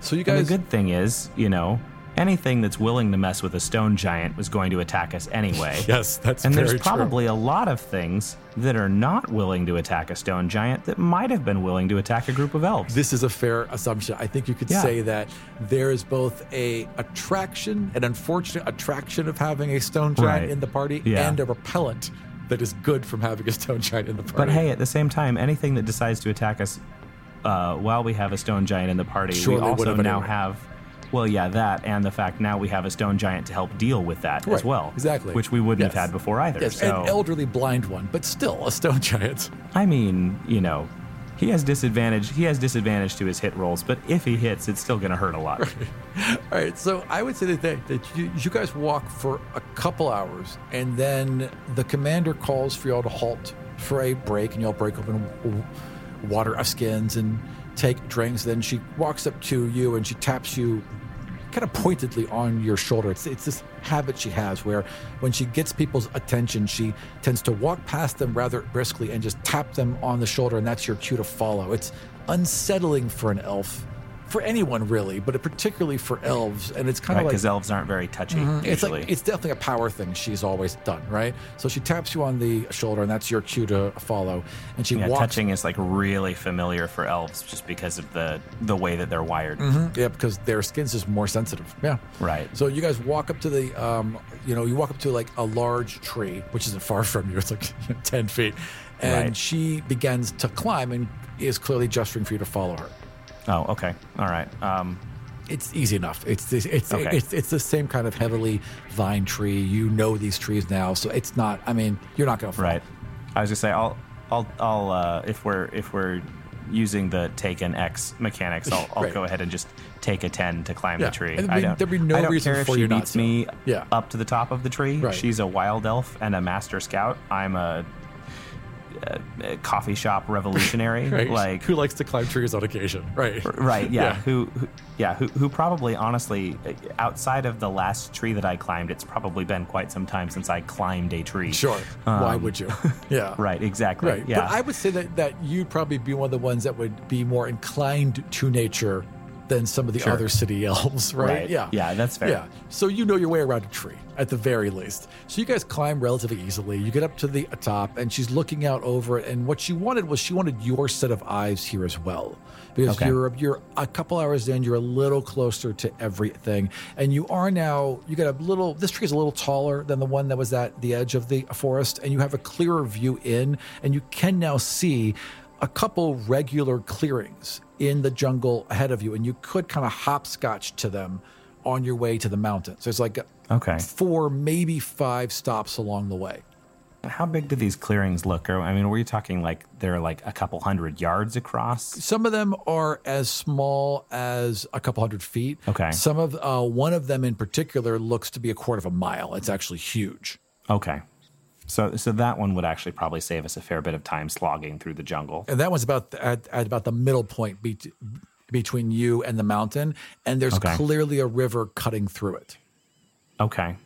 S2: So you
S3: And the
S2: guys,
S3: good thing is, you know, Anything that's willing to mess with a stone giant was going to attack us anyway.
S2: Yes, that's
S3: and
S2: very
S3: there's
S2: true.
S3: probably a lot of things that are not willing to attack a stone giant that might have been willing to attack a group of elves.
S2: this is a fair assumption. I think you could
S3: Yeah.
S2: say that there is both a attraction, an unfortunate attraction of having a stone giant
S3: Right.
S2: in the party,
S3: Yeah.
S2: and a repellent that is good from having a stone giant in the party.
S3: But hey, at the same time, anything that decides to attack us uh, while we have a stone giant in the party,
S2: Surely
S3: we
S2: would
S3: also
S2: have been
S3: now
S2: able-
S3: have. Well, yeah, that and the fact now we have a stone giant to help deal with that as
S2: Right,
S3: well.
S2: exactly.
S3: Which we wouldn't
S2: Yes.
S3: have had before either.
S2: yes,
S3: so,
S2: an elderly blind one, but still a stone giant.
S3: I mean, you know, he has disadvantage. He has disadvantage to his hit rolls, but if he hits, it's still going to hurt a lot.
S2: All right, so I would say that, they, that you, you guys walk for a couple hours, and then the commander calls for y'all to halt for a break, and y'all break open w- water of skins and take drinks. Then she walks up to you and she taps you kind of pointedly on your shoulder. It's, it's this habit she has where when she gets people's attention, she tends to walk past them rather briskly and just tap them on the shoulder, and that's your cue to follow. It's unsettling for an elf. For anyone, really, but particularly for elves, and it's kind
S3: Right?
S2: of like Mm-hmm.
S3: Because elves aren't very touchy.
S2: it's
S3: Usually.
S2: like it's definitely a power thing she's always done, right? So she taps you on the shoulder, and that's your cue to follow. And she
S3: yeah,
S2: walks.
S3: touching is like really familiar for elves just because of the the way that they're wired.
S2: Yeah, because Mm-hmm, their skin's just more sensitive. Yeah.
S3: Right.
S2: So you guys walk up to the, um, you know, you walk up to like a large tree, which isn't far from you. It's like 10 feet. And
S3: Right.
S2: she begins to climb and is clearly gesturing for you to follow her.
S3: Oh, okay. All right. Um,
S2: It's easy enough. It's this, it's,
S3: Okay.
S2: it's it's the same kind of heavily vine tree. You know these trees now, so it's not. I mean, you're not going to fall.
S3: Right. I was gonna say I'll I'll I'll uh, if we're if we're using the take an X mechanics, I'll, I'll
S2: Right.
S3: go ahead and just take a ten to climb
S2: Yeah.
S3: the tree.
S2: And
S3: I
S2: we-
S3: don't,
S2: there'd be no
S3: I don't
S2: reason
S3: care if
S2: for
S3: she
S2: you not
S3: beats
S2: to.
S3: me
S2: Yeah.
S3: up to the top of the tree.
S2: Right.
S3: She's a wild elf and a master scout. I'm a, a, a coffee shop revolutionary.
S2: Right.
S3: Like
S2: who likes to climb trees on occasion? Right.
S3: right yeah,
S2: Yeah.
S3: Who, who yeah who, who probably honestly uh, outside of the last tree that i climbed it's probably been quite some time since i climbed a tree
S2: Sure. Why would you? Yeah.
S3: Um, right exactly
S2: Right.
S3: yeah
S2: But I would say that, that you'd probably be one of the ones that would be more inclined to nature than some of the other city elves, right?
S3: Right.
S2: Yeah.
S3: Yeah, that's fair.
S2: Yeah. So you know your way around a tree at the very least. So you guys climb relatively easily. You get up to the top and she's looking out over it and what she wanted was she wanted your set of eyes here as well. Because
S3: Okay.
S2: you're you're a couple hours in, you're a little closer to everything. And you are now you got a little this tree's a little taller than the one that was at the edge of the forest and you have a clearer view in and you can now see a couple regular clearings in the jungle ahead of you and you could kind of hopscotch to them on your way to the mountain. So it's like
S3: okay
S2: four, maybe five stops along the way.
S3: How big do these clearings look? Or, I mean, were you talking like they're like a couple hundred yards across?
S2: Some of them are as small as a couple hundred feet.
S3: Okay.
S2: Some of uh, one of them in particular looks to be a quarter of a mile. It's actually huge.
S3: Okay. So, so that one would actually probably save us a fair bit of time slogging through the jungle.
S2: And that one's about the, at, at about the middle point be- between you and the mountain. And there's
S3: Okay.
S2: clearly a river cutting through it.
S3: Okay.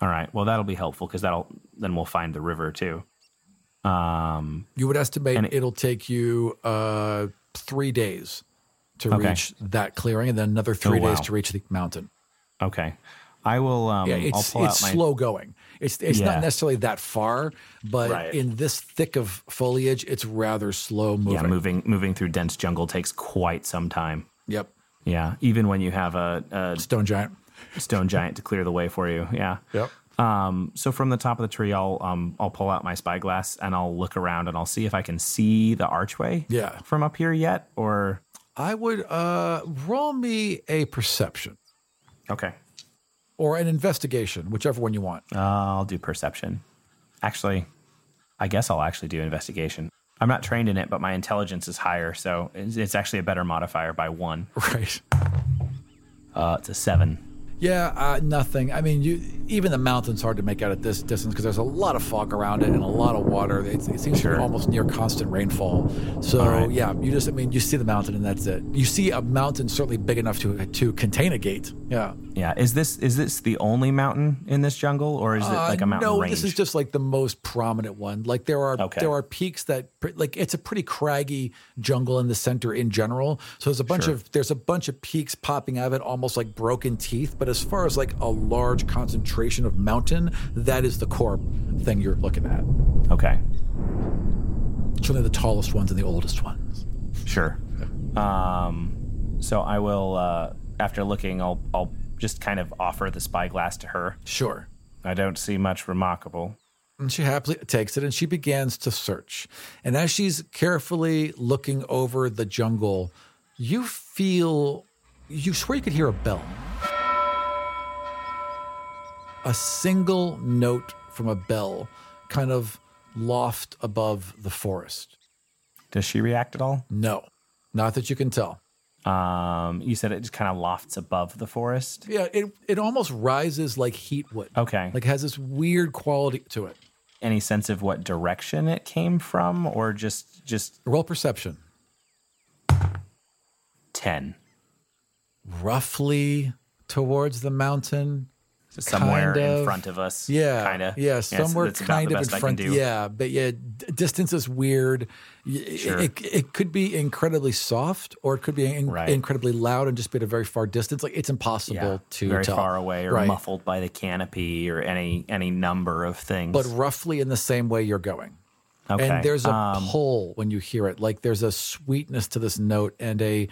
S3: All right. Well, that'll be helpful because that'll then we'll find the river too.
S2: You would estimate
S3: And it-
S2: it, will take you uh, three days to
S3: Okay. Oh,
S2: reach that clearing, and then another three
S3: wow.
S2: days to reach the mountain.
S3: Okay. I will. Um,
S2: Yeah,
S3: I'll
S2: it's
S3: pull
S2: it's
S3: out my.
S2: slow going. It's it's
S3: Yeah.
S2: not necessarily that far, but
S3: Right.
S2: in this thick of foliage, it's rather slow moving.
S3: Yeah, moving moving through dense jungle takes quite some time.
S2: Yep,
S3: Yeah, even when you have a,
S2: stone giant.
S3: a stone giant to clear the way for you. Yeah.
S2: Yep.
S3: Um, so from the top of the tree, I'll um, I'll pull out my spyglass and I'll look around and I'll see if I can see the archway.
S2: Yeah.
S3: From up here yet, or
S2: I would uh, roll me a perception
S3: okay,
S2: or an investigation, whichever one you want.
S3: uh, I'll do perception. Actually, I guess I'll actually do investigation. I'm not trained in it, but my intelligence is higher, so it's, it's actually a better modifier by one.
S2: Right.
S3: Uh, it's a seven.
S2: Yeah, uh, nothing. I mean, you even the mountain's hard to make out at this distance because there's a lot of fog around it and a lot of water. It, it seems to be almost near constant rainfall. So
S3: right.
S2: yeah, you just I mean, you see the mountain and that's it. You see a mountain certainly big enough to to contain a gate. Yeah,
S3: Yeah. Is this is this the only mountain in this jungle, or is it like a
S2: Uh,
S3: mountain
S2: no,
S3: range?
S2: this is just like the most prominent one. Like there are
S3: Okay.
S2: there are peaks that pr- like it's a pretty craggy jungle in the center in general. So there's a bunch of there's a bunch of peaks popping out of it, almost like broken teeth. But as far as like a large concentration of mountain, that is the core thing you're looking at.
S3: okay.
S2: Certainly the tallest ones and the oldest ones.
S3: Sure. Um, so I will. Uh, after looking, I'll I'll just kind of offer the spyglass to her.
S2: Sure.
S3: I don't see much remarkable.
S2: And she happily takes it and she begins to search. And as she's carefully looking over the jungle, you feel, you swear you could hear a bell. A single note from a bell kind of loft above the forest.
S3: Does she react at all?
S2: No, not that you can tell.
S3: Um, you said it just kind of lofts above the forest.
S2: Yeah, it, it almost rises like heat would.
S3: Okay.
S2: Like has this weird quality to it.
S3: Any sense of what direction it came from, or just just
S2: Roll perception.
S3: ten?
S2: Roughly towards the mountain.
S3: So somewhere
S2: Kind
S3: in
S2: of.
S3: front of us.
S2: Yeah,
S3: Kind of.
S2: Yeah, somewhere kind of in front.
S3: I can do.
S2: Yeah, but yeah, d- distance is weird. Y-
S3: Sure.
S2: It, it could be incredibly soft, or it could be in-
S3: Right.
S2: incredibly loud and just be at a very far distance. Like it's impossible to
S3: very
S2: tell.
S3: far away or
S2: Right.
S3: muffled by the canopy or any any number of things.
S2: but roughly in the same way you're going.
S3: okay.
S2: And there's a
S3: Um,
S2: pull when you hear it. Like there's a sweetness to this note and a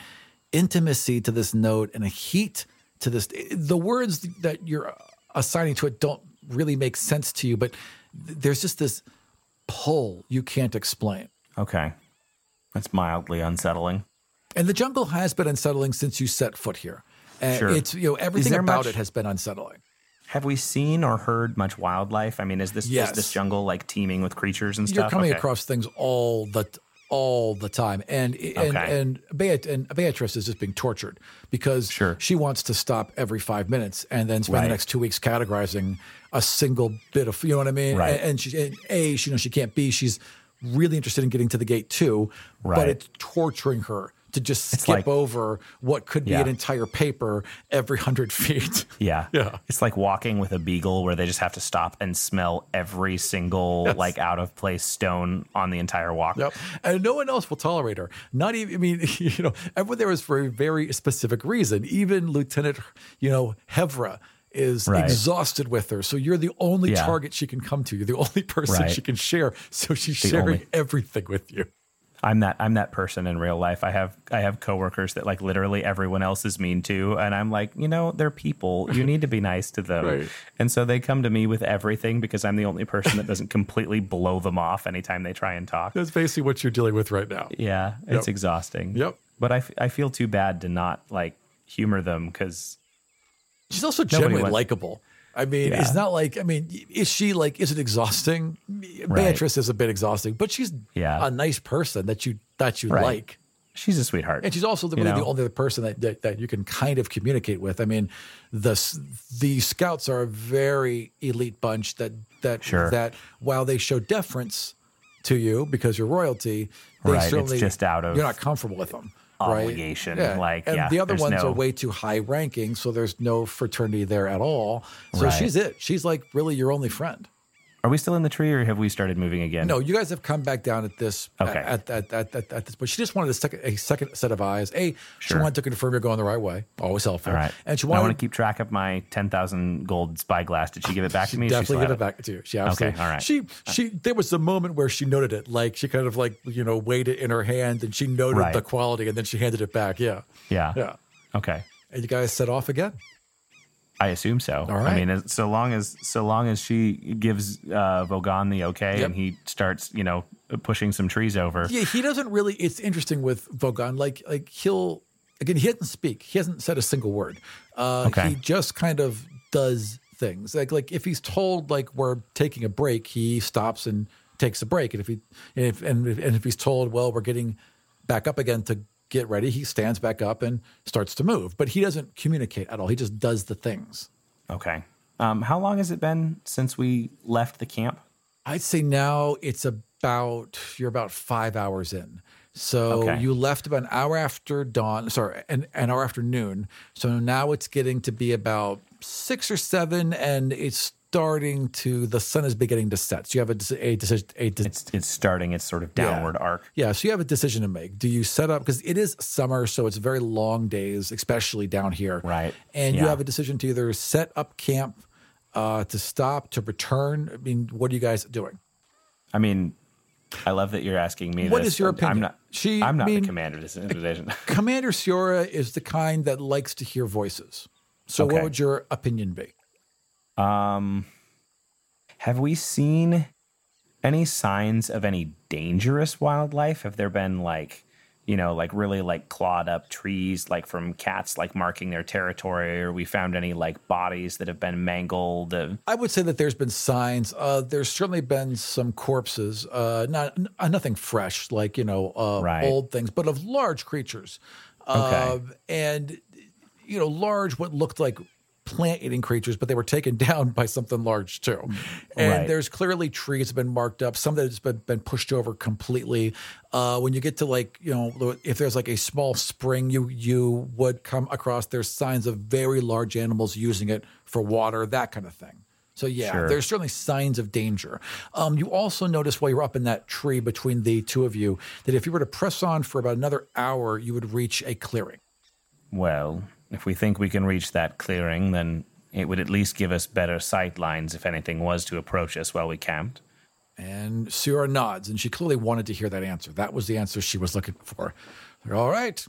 S2: intimacy to this note and a heat to this. The words that you're assigning to it don't really make sense to you, but th- there's just this pull you can't explain.
S3: okay. That's mildly unsettling.
S2: And the jungle has been unsettling since you set foot here. And
S3: Sure.
S2: it's you know everything
S3: there
S2: about
S3: much-
S2: it has been unsettling.
S3: Have we seen or heard much wildlife? I mean, is this
S2: Yes.
S3: is this jungle like teeming with creatures and
S2: you're
S3: stuff?
S2: coming
S3: Okay.
S2: across things all the all the time, and and
S3: Okay.
S2: and, Beat, and Beatrice is just being tortured because
S3: Sure.
S2: she wants to stop every five minutes and then spend
S3: Right.
S2: the next two weeks categorizing a single bit of you know what I mean.
S3: Right.
S2: And, and she and a she knows she can't be. She's really interested in getting to the gate too,
S3: Right.
S2: but it's torturing her to just skip
S3: like-
S2: over what could be
S3: Yeah.
S2: an entire paper every hundred feet.
S3: Yeah.
S2: Yeah.
S3: It's like walking with a beagle where they just have to stop and smell every single
S2: Yes.
S3: like out of place stone on the entire walk.
S2: Yep. And no one else will tolerate her. Not even, I mean, you know, everyone there is for a very specific reason. Even Lieutenant, you know, Hevra is
S3: Right.
S2: exhausted with her. So you're the only
S3: Yeah.
S2: target she can come to. You're the only person
S3: Right.
S2: she can share. So she's
S3: The
S2: sharing
S3: only-
S2: everything with you.
S3: I'm that I'm that person in real life. I have I have coworkers that like literally everyone else is mean to, and I'm like, you know, they're people. You need to be nice to them,
S2: Right.
S3: and so they come to me with everything because I'm the only person that doesn't completely blow them off anytime they try and talk.
S2: That's basically what you're dealing with right now.
S3: Yeah, it's exhausting.
S2: Yep.
S3: But I, f- I feel too bad to not like humor them because
S2: She's also
S3: Nobody
S2: generally
S3: wants-
S2: likable. I mean, it's
S3: Yeah.
S2: not like, I mean, is she like, is it exhausting? Beatrice is a bit exhausting, but she's
S3: Yeah.
S2: a nice person that you, that you
S3: Right.
S2: like.
S3: she's a sweetheart.
S2: And she's also the,
S3: You
S2: really the
S3: know?
S2: only other person that, that that you can kind of communicate with. I mean, the s- the scouts are a very elite bunch that that
S3: Sure.
S2: that while they show deference to you because you're royalty, they
S3: Right, it's
S2: certainly
S3: just out of
S2: you're not comfortable with them.
S3: obligation,
S2: Right?
S3: like,
S2: and
S3: yeah,
S2: the other
S3: there's
S2: ones
S3: no-
S2: are way too high ranking, so there's no fraternity there at all. So
S3: Right.
S2: she's it. She's like really your only friend.
S3: Are we still in the tree or have we started moving again?
S2: No, you guys have come back down at this
S3: Okay.
S2: at, at, at, at, at this point. She just wanted a second, a second set of eyes. A, she
S3: Sure.
S2: wanted to confirm you're going the right way. Always helpful.
S3: All right.
S2: And she
S3: I want
S2: wanted
S3: to keep track of my 10,000 gold spyglass. Did she give it back to me? She still
S2: definitely
S3: had
S2: give it back to you. She absolutely.
S3: all right.
S2: She she. There was a moment where she noted it, like she kind of like you know weighed it in her hand, and she noted
S3: Right.
S2: the quality, and then she handed it back. Yeah,
S3: Yeah.
S2: yeah.
S3: Okay.
S2: And you guys set off again.
S3: I assume so.
S2: All
S3: I
S2: right.
S3: mean, as- so long as so long as she gives uh, Vogan the okay
S2: Yep.
S3: and he starts, you know, pushing some trees over.
S2: Yeah, he doesn't really. It's interesting with Vogan. Like, like he'll again. He doesn't speak. He hasn't said a single word. Uh,
S3: Okay.
S2: He just kind of does things. Like, like if he's told like we're taking a break, he stops and takes a break. And if he and if and if, and if he's told well we're getting back up again to get ready, he stands back up and starts to move. But he doesn't communicate at all. He just does the things.
S3: Okay. Um, how long has it been since we left the camp?
S2: I'd say now it's about you're about five hours in. So
S3: Okay.
S2: you left about an hour after dawn, sorry, an, an hour after noon. So now it's getting to be about six or seven, and it's starting to, the sun is beginning to set. So you have a, deci- a decision, a de-
S3: It's it's starting its sort of downward arc.
S2: yeah, so you have a decision to make. Do you set up because it is summer, so it's very long days, especially down here.
S3: Right.
S2: And you
S3: Yeah.
S2: have a decision to either set up camp, uh, to stop, to return. I mean, what are you guys doing?
S3: I mean, I love that you're asking me.
S2: What
S3: this.
S2: is your opinion?
S3: I'm not.
S2: She-
S3: I'm not
S2: I mean-
S3: the commander of this division.
S2: Commander Siora is the kind that likes to hear voices. So what
S3: Okay.
S2: would your opinion be?
S3: Um, have we seen any signs of any dangerous wildlife? Have there been like, you know, like really like clawed up trees, like from cats, like marking their territory, or we found any like bodies that have been mangled? Uh,
S2: I would say that there's been signs. Uh, there's certainly been some corpses, uh, not n- uh, nothing fresh, like you know, uh,
S3: Right.
S2: old things, but of large creatures, uh,
S3: Okay.
S2: and you know, large what looked like plant-eating creatures, but they were taken down by something large too. And
S3: Right.
S2: there's clearly trees have been marked up, some that has been, been pushed over completely. Uh, when you get to like you know, if there's like a small spring, you you would come across there's signs of very large animals using it for water, that kind of thing. So yeah,
S3: Sure.
S2: there's certainly signs of danger. Um, you also notice while you're up in that tree between the two of you that if you were to press on for about another hour, you would reach a clearing.
S3: Well, if we think we can reach that clearing, then it would at least give us better sight lines if anything was to approach us while we camped.
S2: And Sierra nods, and she clearly wanted to hear that answer. That was the answer she was looking for. All right,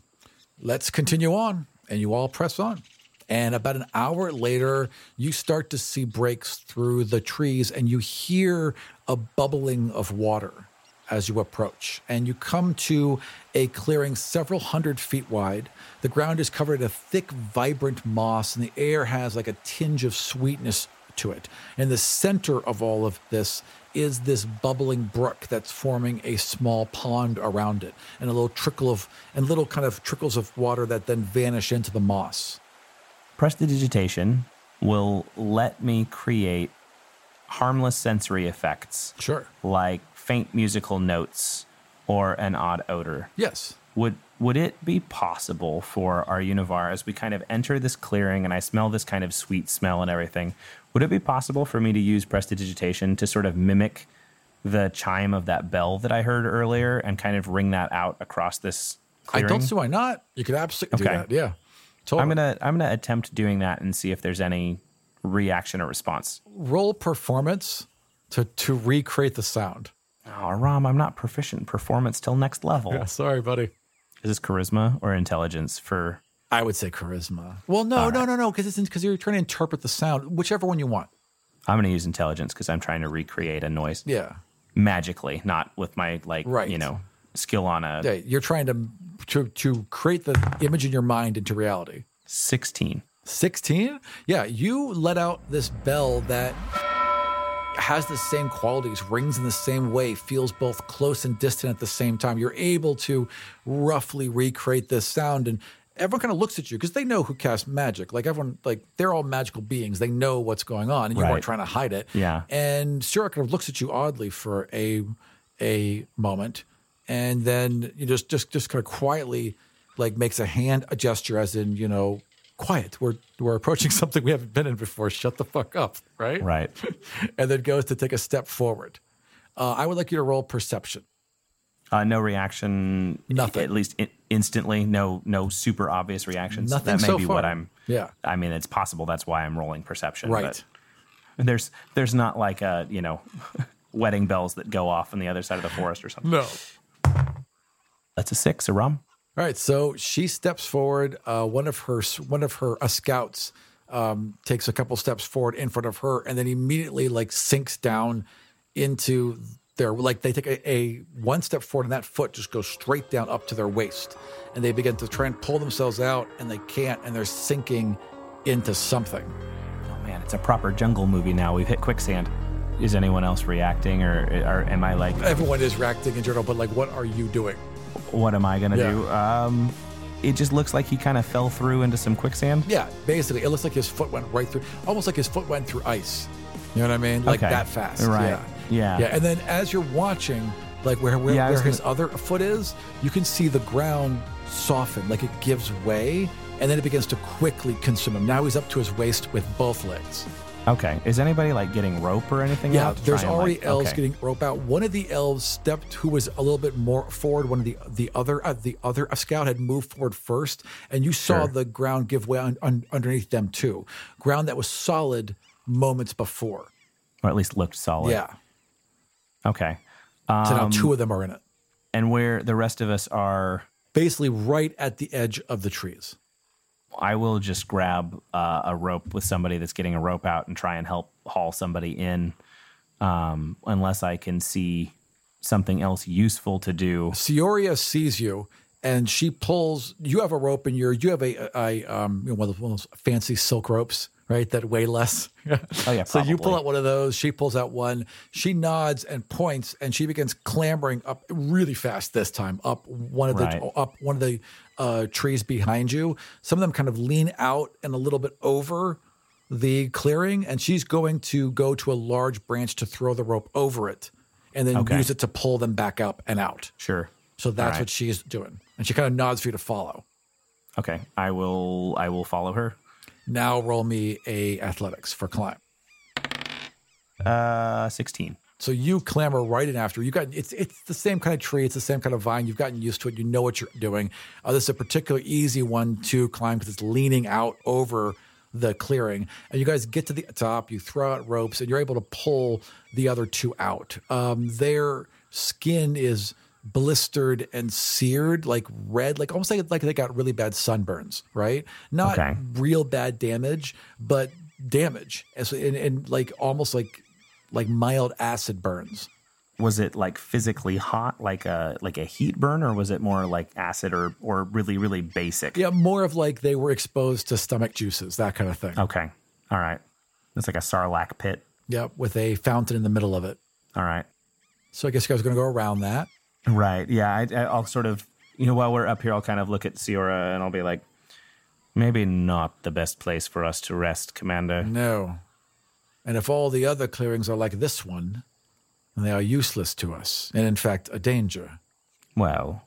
S2: let's continue on. And you all press on. And about an hour later, you start to see breaks through the trees, and you hear a bubbling of water as you approach. And you come to a clearing several hundred feet wide. The ground is covered in a thick, vibrant moss, and the air has like a tinge of sweetness to it. And the center of all of this is this bubbling brook that's forming a small pond around it, and a little trickle of and little kind of trickles of water that then vanish into the moss.
S3: Prestidigitation will let me create harmless sensory effects.
S2: Sure.
S3: like faint musical notes or an odd odor.
S2: Yes.
S3: Would would it be possible for our Univar as we kind of enter this clearing and I smell this kind of sweet smell and everything? Would it be possible for me to use prestidigitation to sort of mimic the chime of that bell that I heard earlier and kind of ring that out across this clearing?
S2: I don't see why not. You could absolutely
S3: Okay.
S2: do that. Yeah. Totally.
S3: I'm gonna I'm gonna attempt doing that and see if there's any reaction or response.
S2: roll performance to to recreate the sound.
S3: Oh, Rom, I'm not proficient in performance till next level.
S2: sorry, buddy.
S3: Is this charisma or intelligence for
S2: I would say charisma. Well, no, no, no, no, because it's because you're trying to interpret the sound, whichever one you want.
S3: I'm going to use intelligence because I'm trying to recreate a noise
S2: Yeah.
S3: magically, not with my like
S2: Right.
S3: you know skill on a
S2: Yeah, you're trying to to to create the image in your mind into reality.
S3: 16.
S2: 16 yeah you let out this bell that has the same qualities rings in the same way feels both close and distant at the same time you're able to roughly recreate this sound and everyone kind of looks at you because they know who casts magic like everyone like they're all magical beings they know what's going on and you weren't
S3: Right.
S2: trying to hide it
S3: Yeah.
S2: and Syrah kind of looks at you oddly for a a moment, and then you just just just kind of quietly like makes a hand a gesture, as in you know, quiet. We're we're approaching something we haven't been in before. Shut the fuck up, right?
S3: Right.
S2: and then goes to take a step forward. Uh, I would like you to roll perception.
S3: Uh, no reaction.
S2: Nothing.
S3: At least in- instantly. No. No super obvious reactions.
S2: Nothing
S3: That may
S2: so
S3: be
S2: far.
S3: what I'm.
S2: Yeah.
S3: I mean, it's possible. That's why I'm rolling perception.
S2: Right.
S3: But there's there's not like a you know wedding bells that go off on the other side of the forest or something.
S2: No.
S3: That's a six. A rum.
S2: All right, so she steps forward. Uh, one of her one of her uh, scouts um, takes a couple steps forward in front of her, and then immediately like sinks down into their like they take a, a one step forward, and that foot just goes straight down up to their waist, and they begin to try and pull themselves out, and they can't, and they're sinking into something.
S3: Oh man, it's a proper jungle movie now. We've hit quicksand. Is anyone else reacting, or, or am I like
S2: Everyone is reacting in general, but like, what are you doing?
S3: what am I gonna
S2: Yeah.
S3: do? Um, it just looks like he kind of fell through into some quicksand.
S2: Yeah, basically, it looks like his foot went right through, almost like his foot went through ice. You know what I mean? Like
S3: Okay.
S2: that fast.
S3: Right.
S2: Yeah.
S3: Yeah.
S2: Yeah. And then as you're watching, like where where,
S3: Yeah, I
S2: where
S3: was
S2: his other foot is, you can see the ground soften, like it gives way, and then it begins to quickly consume him. Now he's up to his waist with both legs.
S3: Okay. Is anybody like getting rope or anything?
S2: Yeah,
S3: out to
S2: there's
S3: try and,
S2: already
S3: like-
S2: elves
S3: okay.
S2: getting rope out. One of the elves stepped, who was a little bit more forward. One of the the other uh, the other scout had moved forward first, and you saw
S3: Sure.
S2: the ground give way un, un- underneath them too. Ground that was solid moments before.
S3: or at least looked solid.
S2: yeah,
S3: Okay.
S2: so now
S3: Um,
S2: two of them are in it,
S3: and where the rest of us are,
S2: basically right at the edge of the trees.
S3: I will just grab uh, a rope with somebody that's getting a rope out and try and help haul somebody in, um, unless I can see something else useful to do.
S2: Sioria sees you and she pulls. You have a rope in your. You have a, a um you know, one, of those, one of those fancy silk ropes, right? That weigh less.
S3: Oh yeah.
S2: So you pull
S3: probably.
S2: out one of those. She pulls out one. She nods and points, and she begins clambering up really fast this time up one of the
S3: Right.
S2: up one of the uh, trees behind you. Some of them kind of lean out and a little bit over the clearing, and she's going to go to a large branch to throw the rope over it, and then
S3: Okay.
S2: use it to pull them back up and out.
S3: Sure.
S2: So that's
S3: Alright.
S2: what she's doing, and she kind of nods for you to follow.
S3: Okay. I will. I will follow her.
S2: Now roll me a athletics for climb.
S3: Uh, sixteen.
S2: So you clamber right in after. You got it's it's the same kind of tree, it's the same kind of vine. You've gotten used to it. You know what you're doing. Uh, this is a particular easy one to climb because it's leaning out over the clearing. And you guys get to the top. You throw out ropes, and you're able to pull the other two out. Um, their skin is blistered and seared, like red, like almost like like they got really bad sunburns. Right? Not
S3: Okay.
S2: real bad damage, but damage, and, so, and, and like almost like like mild acid burns.
S3: Was it like physically hot, like a like a heat burn, or was it more like acid or or really really basic?
S2: Yeah, more of like they were exposed to stomach juices, that kind of thing.
S3: Okay. All right. It's like a sarlacc pit.
S2: Yeah, with a fountain in the middle of it.
S3: All right.
S2: So I guess you guys are going to go around that.
S3: Right. Yeah. I, I- I'll sort of, you know, while we're up here, I'll kind of look at Siora and I'll be like, maybe not the best place for us to rest, Commander.
S2: No. And if all the other clearings are like this one, then they are useless to us, and in fact, a danger.
S3: Well,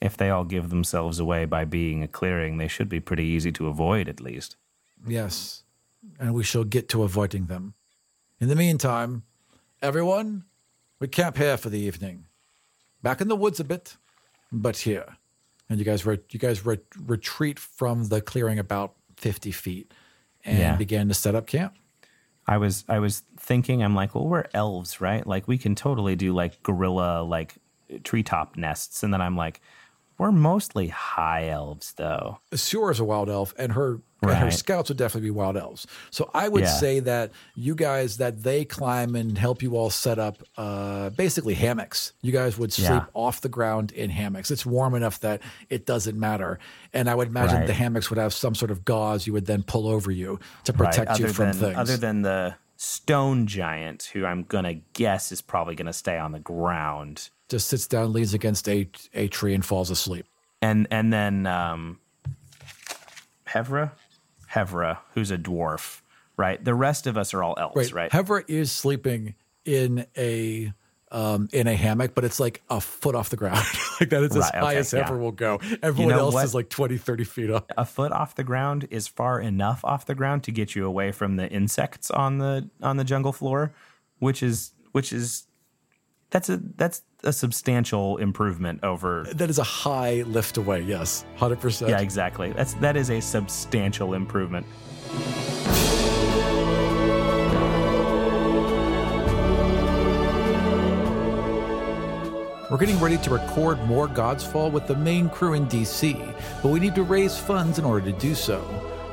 S3: if they all give themselves away by being a clearing, they should be pretty easy to avoid, at least.
S2: Yes, and we shall get to avoiding them. In the meantime, everyone, we camp here for the evening. Back in the woods a bit, but here. And you guys, re- you guys re- retreat from the clearing about fifty feet, and
S3: Yeah.
S2: begin to set up camp.
S3: I was, I was thinking, I'm like, well, we're elves, right? Like, we can totally do like gorilla, like treetop nests. And then I'm like, we're mostly high elves, though.
S2: Sure is a wild elf, and her and her
S3: Right.
S2: scouts would definitely be wild elves. So I would
S3: Yeah.
S2: say that you guys that they climb and help you all set up uh, basically hammocks. You guys would sleep
S3: Yeah.
S2: off the ground in hammocks. It's warm enough that it doesn't matter. And I would imagine
S3: Right.
S2: the hammocks would have some sort of gauze you would then pull over you to protect
S3: other
S2: you from
S3: than,
S2: things.
S3: Other than the stone giant, who I'm gonna guess is probably gonna stay on the ground,
S2: Just sits down, leans against a a tree, and falls asleep.
S3: and and then um, Hevra, Hevra, who's a dwarf, right? The rest of us are all elves, right?
S2: Hevra is sleeping in a um, in a hammock, but it's like a foot off the ground. like that is as
S3: Right,
S2: high
S3: okay,
S2: as
S3: yeah.
S2: Hevra will go. Everyone
S3: know
S2: else
S3: what?
S2: is like 20, 30 feet up.
S3: a foot off the ground is far enough off the ground to get you away from the insects on the on the jungle floor, which is which is that's a that's a substantial improvement over
S2: That is a high lift away. Yes, hundred percent.
S3: Yeah, exactly. That's that is a substantial improvement.
S2: We're getting ready to record more God's Fall with the main crew in DC, but we need to raise funds in order to do so.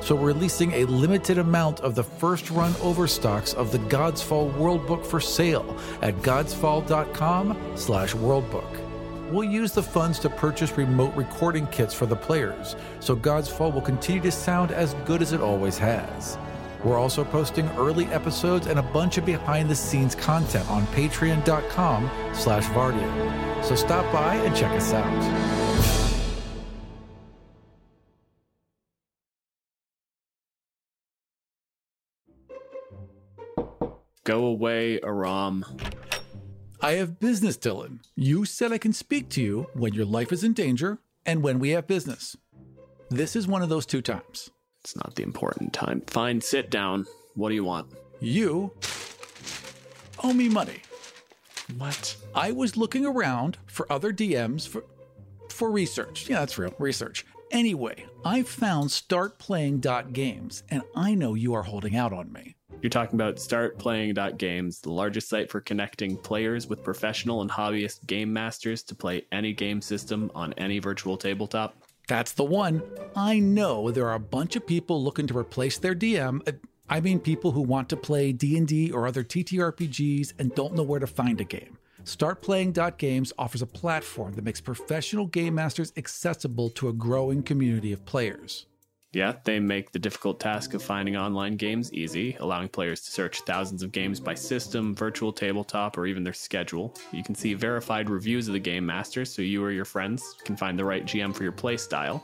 S2: So we're releasing a limited amount of the first run overstocks of the God's Fall World Book for sale at godsfall.com slash worldbook. We'll use the funds to purchase remote recording kits for the players, so God's Fall will continue to sound as good as it always has. We're also posting early episodes and a bunch of behind-the-scenes content on patreon.com slash Vardia. So stop by and check us out.
S1: Go away, Aram.
S5: Dylan.
S2: I have business, Dylan. You said I can speak to you when your life is in danger and when we have business. This is one of those two times.
S1: It's not the important time. Fine, sit down. What do you want?
S2: You owe me money.
S1: What?
S2: I was looking around for other DMs for for research. Yeah, that's real research. Anyway, I found startplaying.games and I know you are holding out on me.
S1: You're talking about startplaying.games, the largest site for connecting players with professional and hobbyist game masters to play any game system on any virtual tabletop.
S2: That's the one. I know there are a bunch of people looking to replace their DM. uh, I mean people who want to play D&D or other TTRPGs and don't know where to find a game. Startplaying.games offers a platform that makes professional game masters accessible to a growing community of players.
S1: Yeah, they make the difficult task of finding online games easy, allowing players to search thousands of games by system, virtual tabletop, or even their schedule. You can see verified reviews of the game master so you or your friends can find the right GM for your playstyle.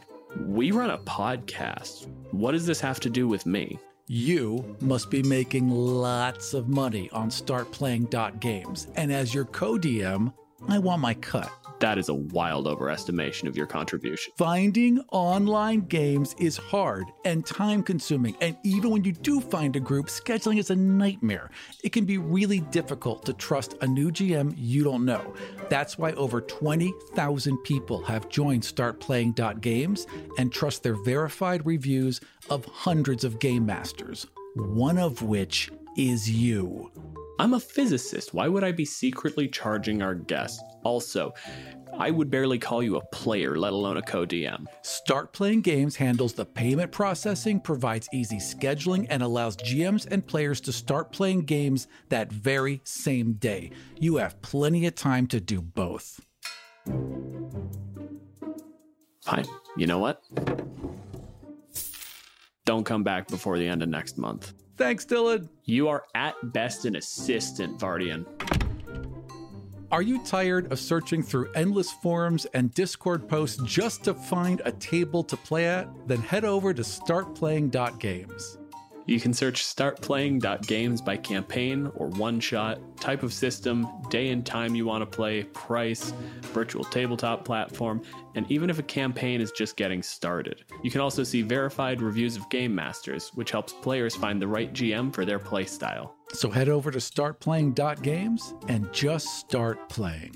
S1: We run a podcast. What does this have to do with me?
S2: You must be making lots of money on startplaying.games. And as your co DM, I want my cut.
S1: That is a wild overestimation of your contribution.
S2: Finding online games is hard and time consuming. And even when you do find a group, scheduling is a nightmare. It can be really difficult to trust a new GM you don't know. That's why over 20,000 people have joined startplaying.games and trust their verified reviews of hundreds of game masters, one of which is you.
S1: I'm a physicist. Why would I be secretly charging our guests? Also, I would barely call you a player, let alone a co DM.
S2: Start Playing Games handles the payment processing, provides easy scheduling, and allows GMs and players to start playing games that very same day. You have plenty of time to do both.
S1: Fine. You know what? Don't come back before the end of next month.
S2: Thanks, Dylan.
S1: You are at best an assistant, Vardian.
S2: Are you tired of searching through endless forums and Discord posts just to find a table to play at? Then head over to startplaying.games.
S1: You can search startplaying.games by campaign or one shot, type of system, day and time you want to play, price, virtual tabletop platform, and even if a campaign is just getting started. You can also see verified reviews of game masters, which helps players find the right GM for their playstyle.
S2: So head over to startplaying.games and just start playing.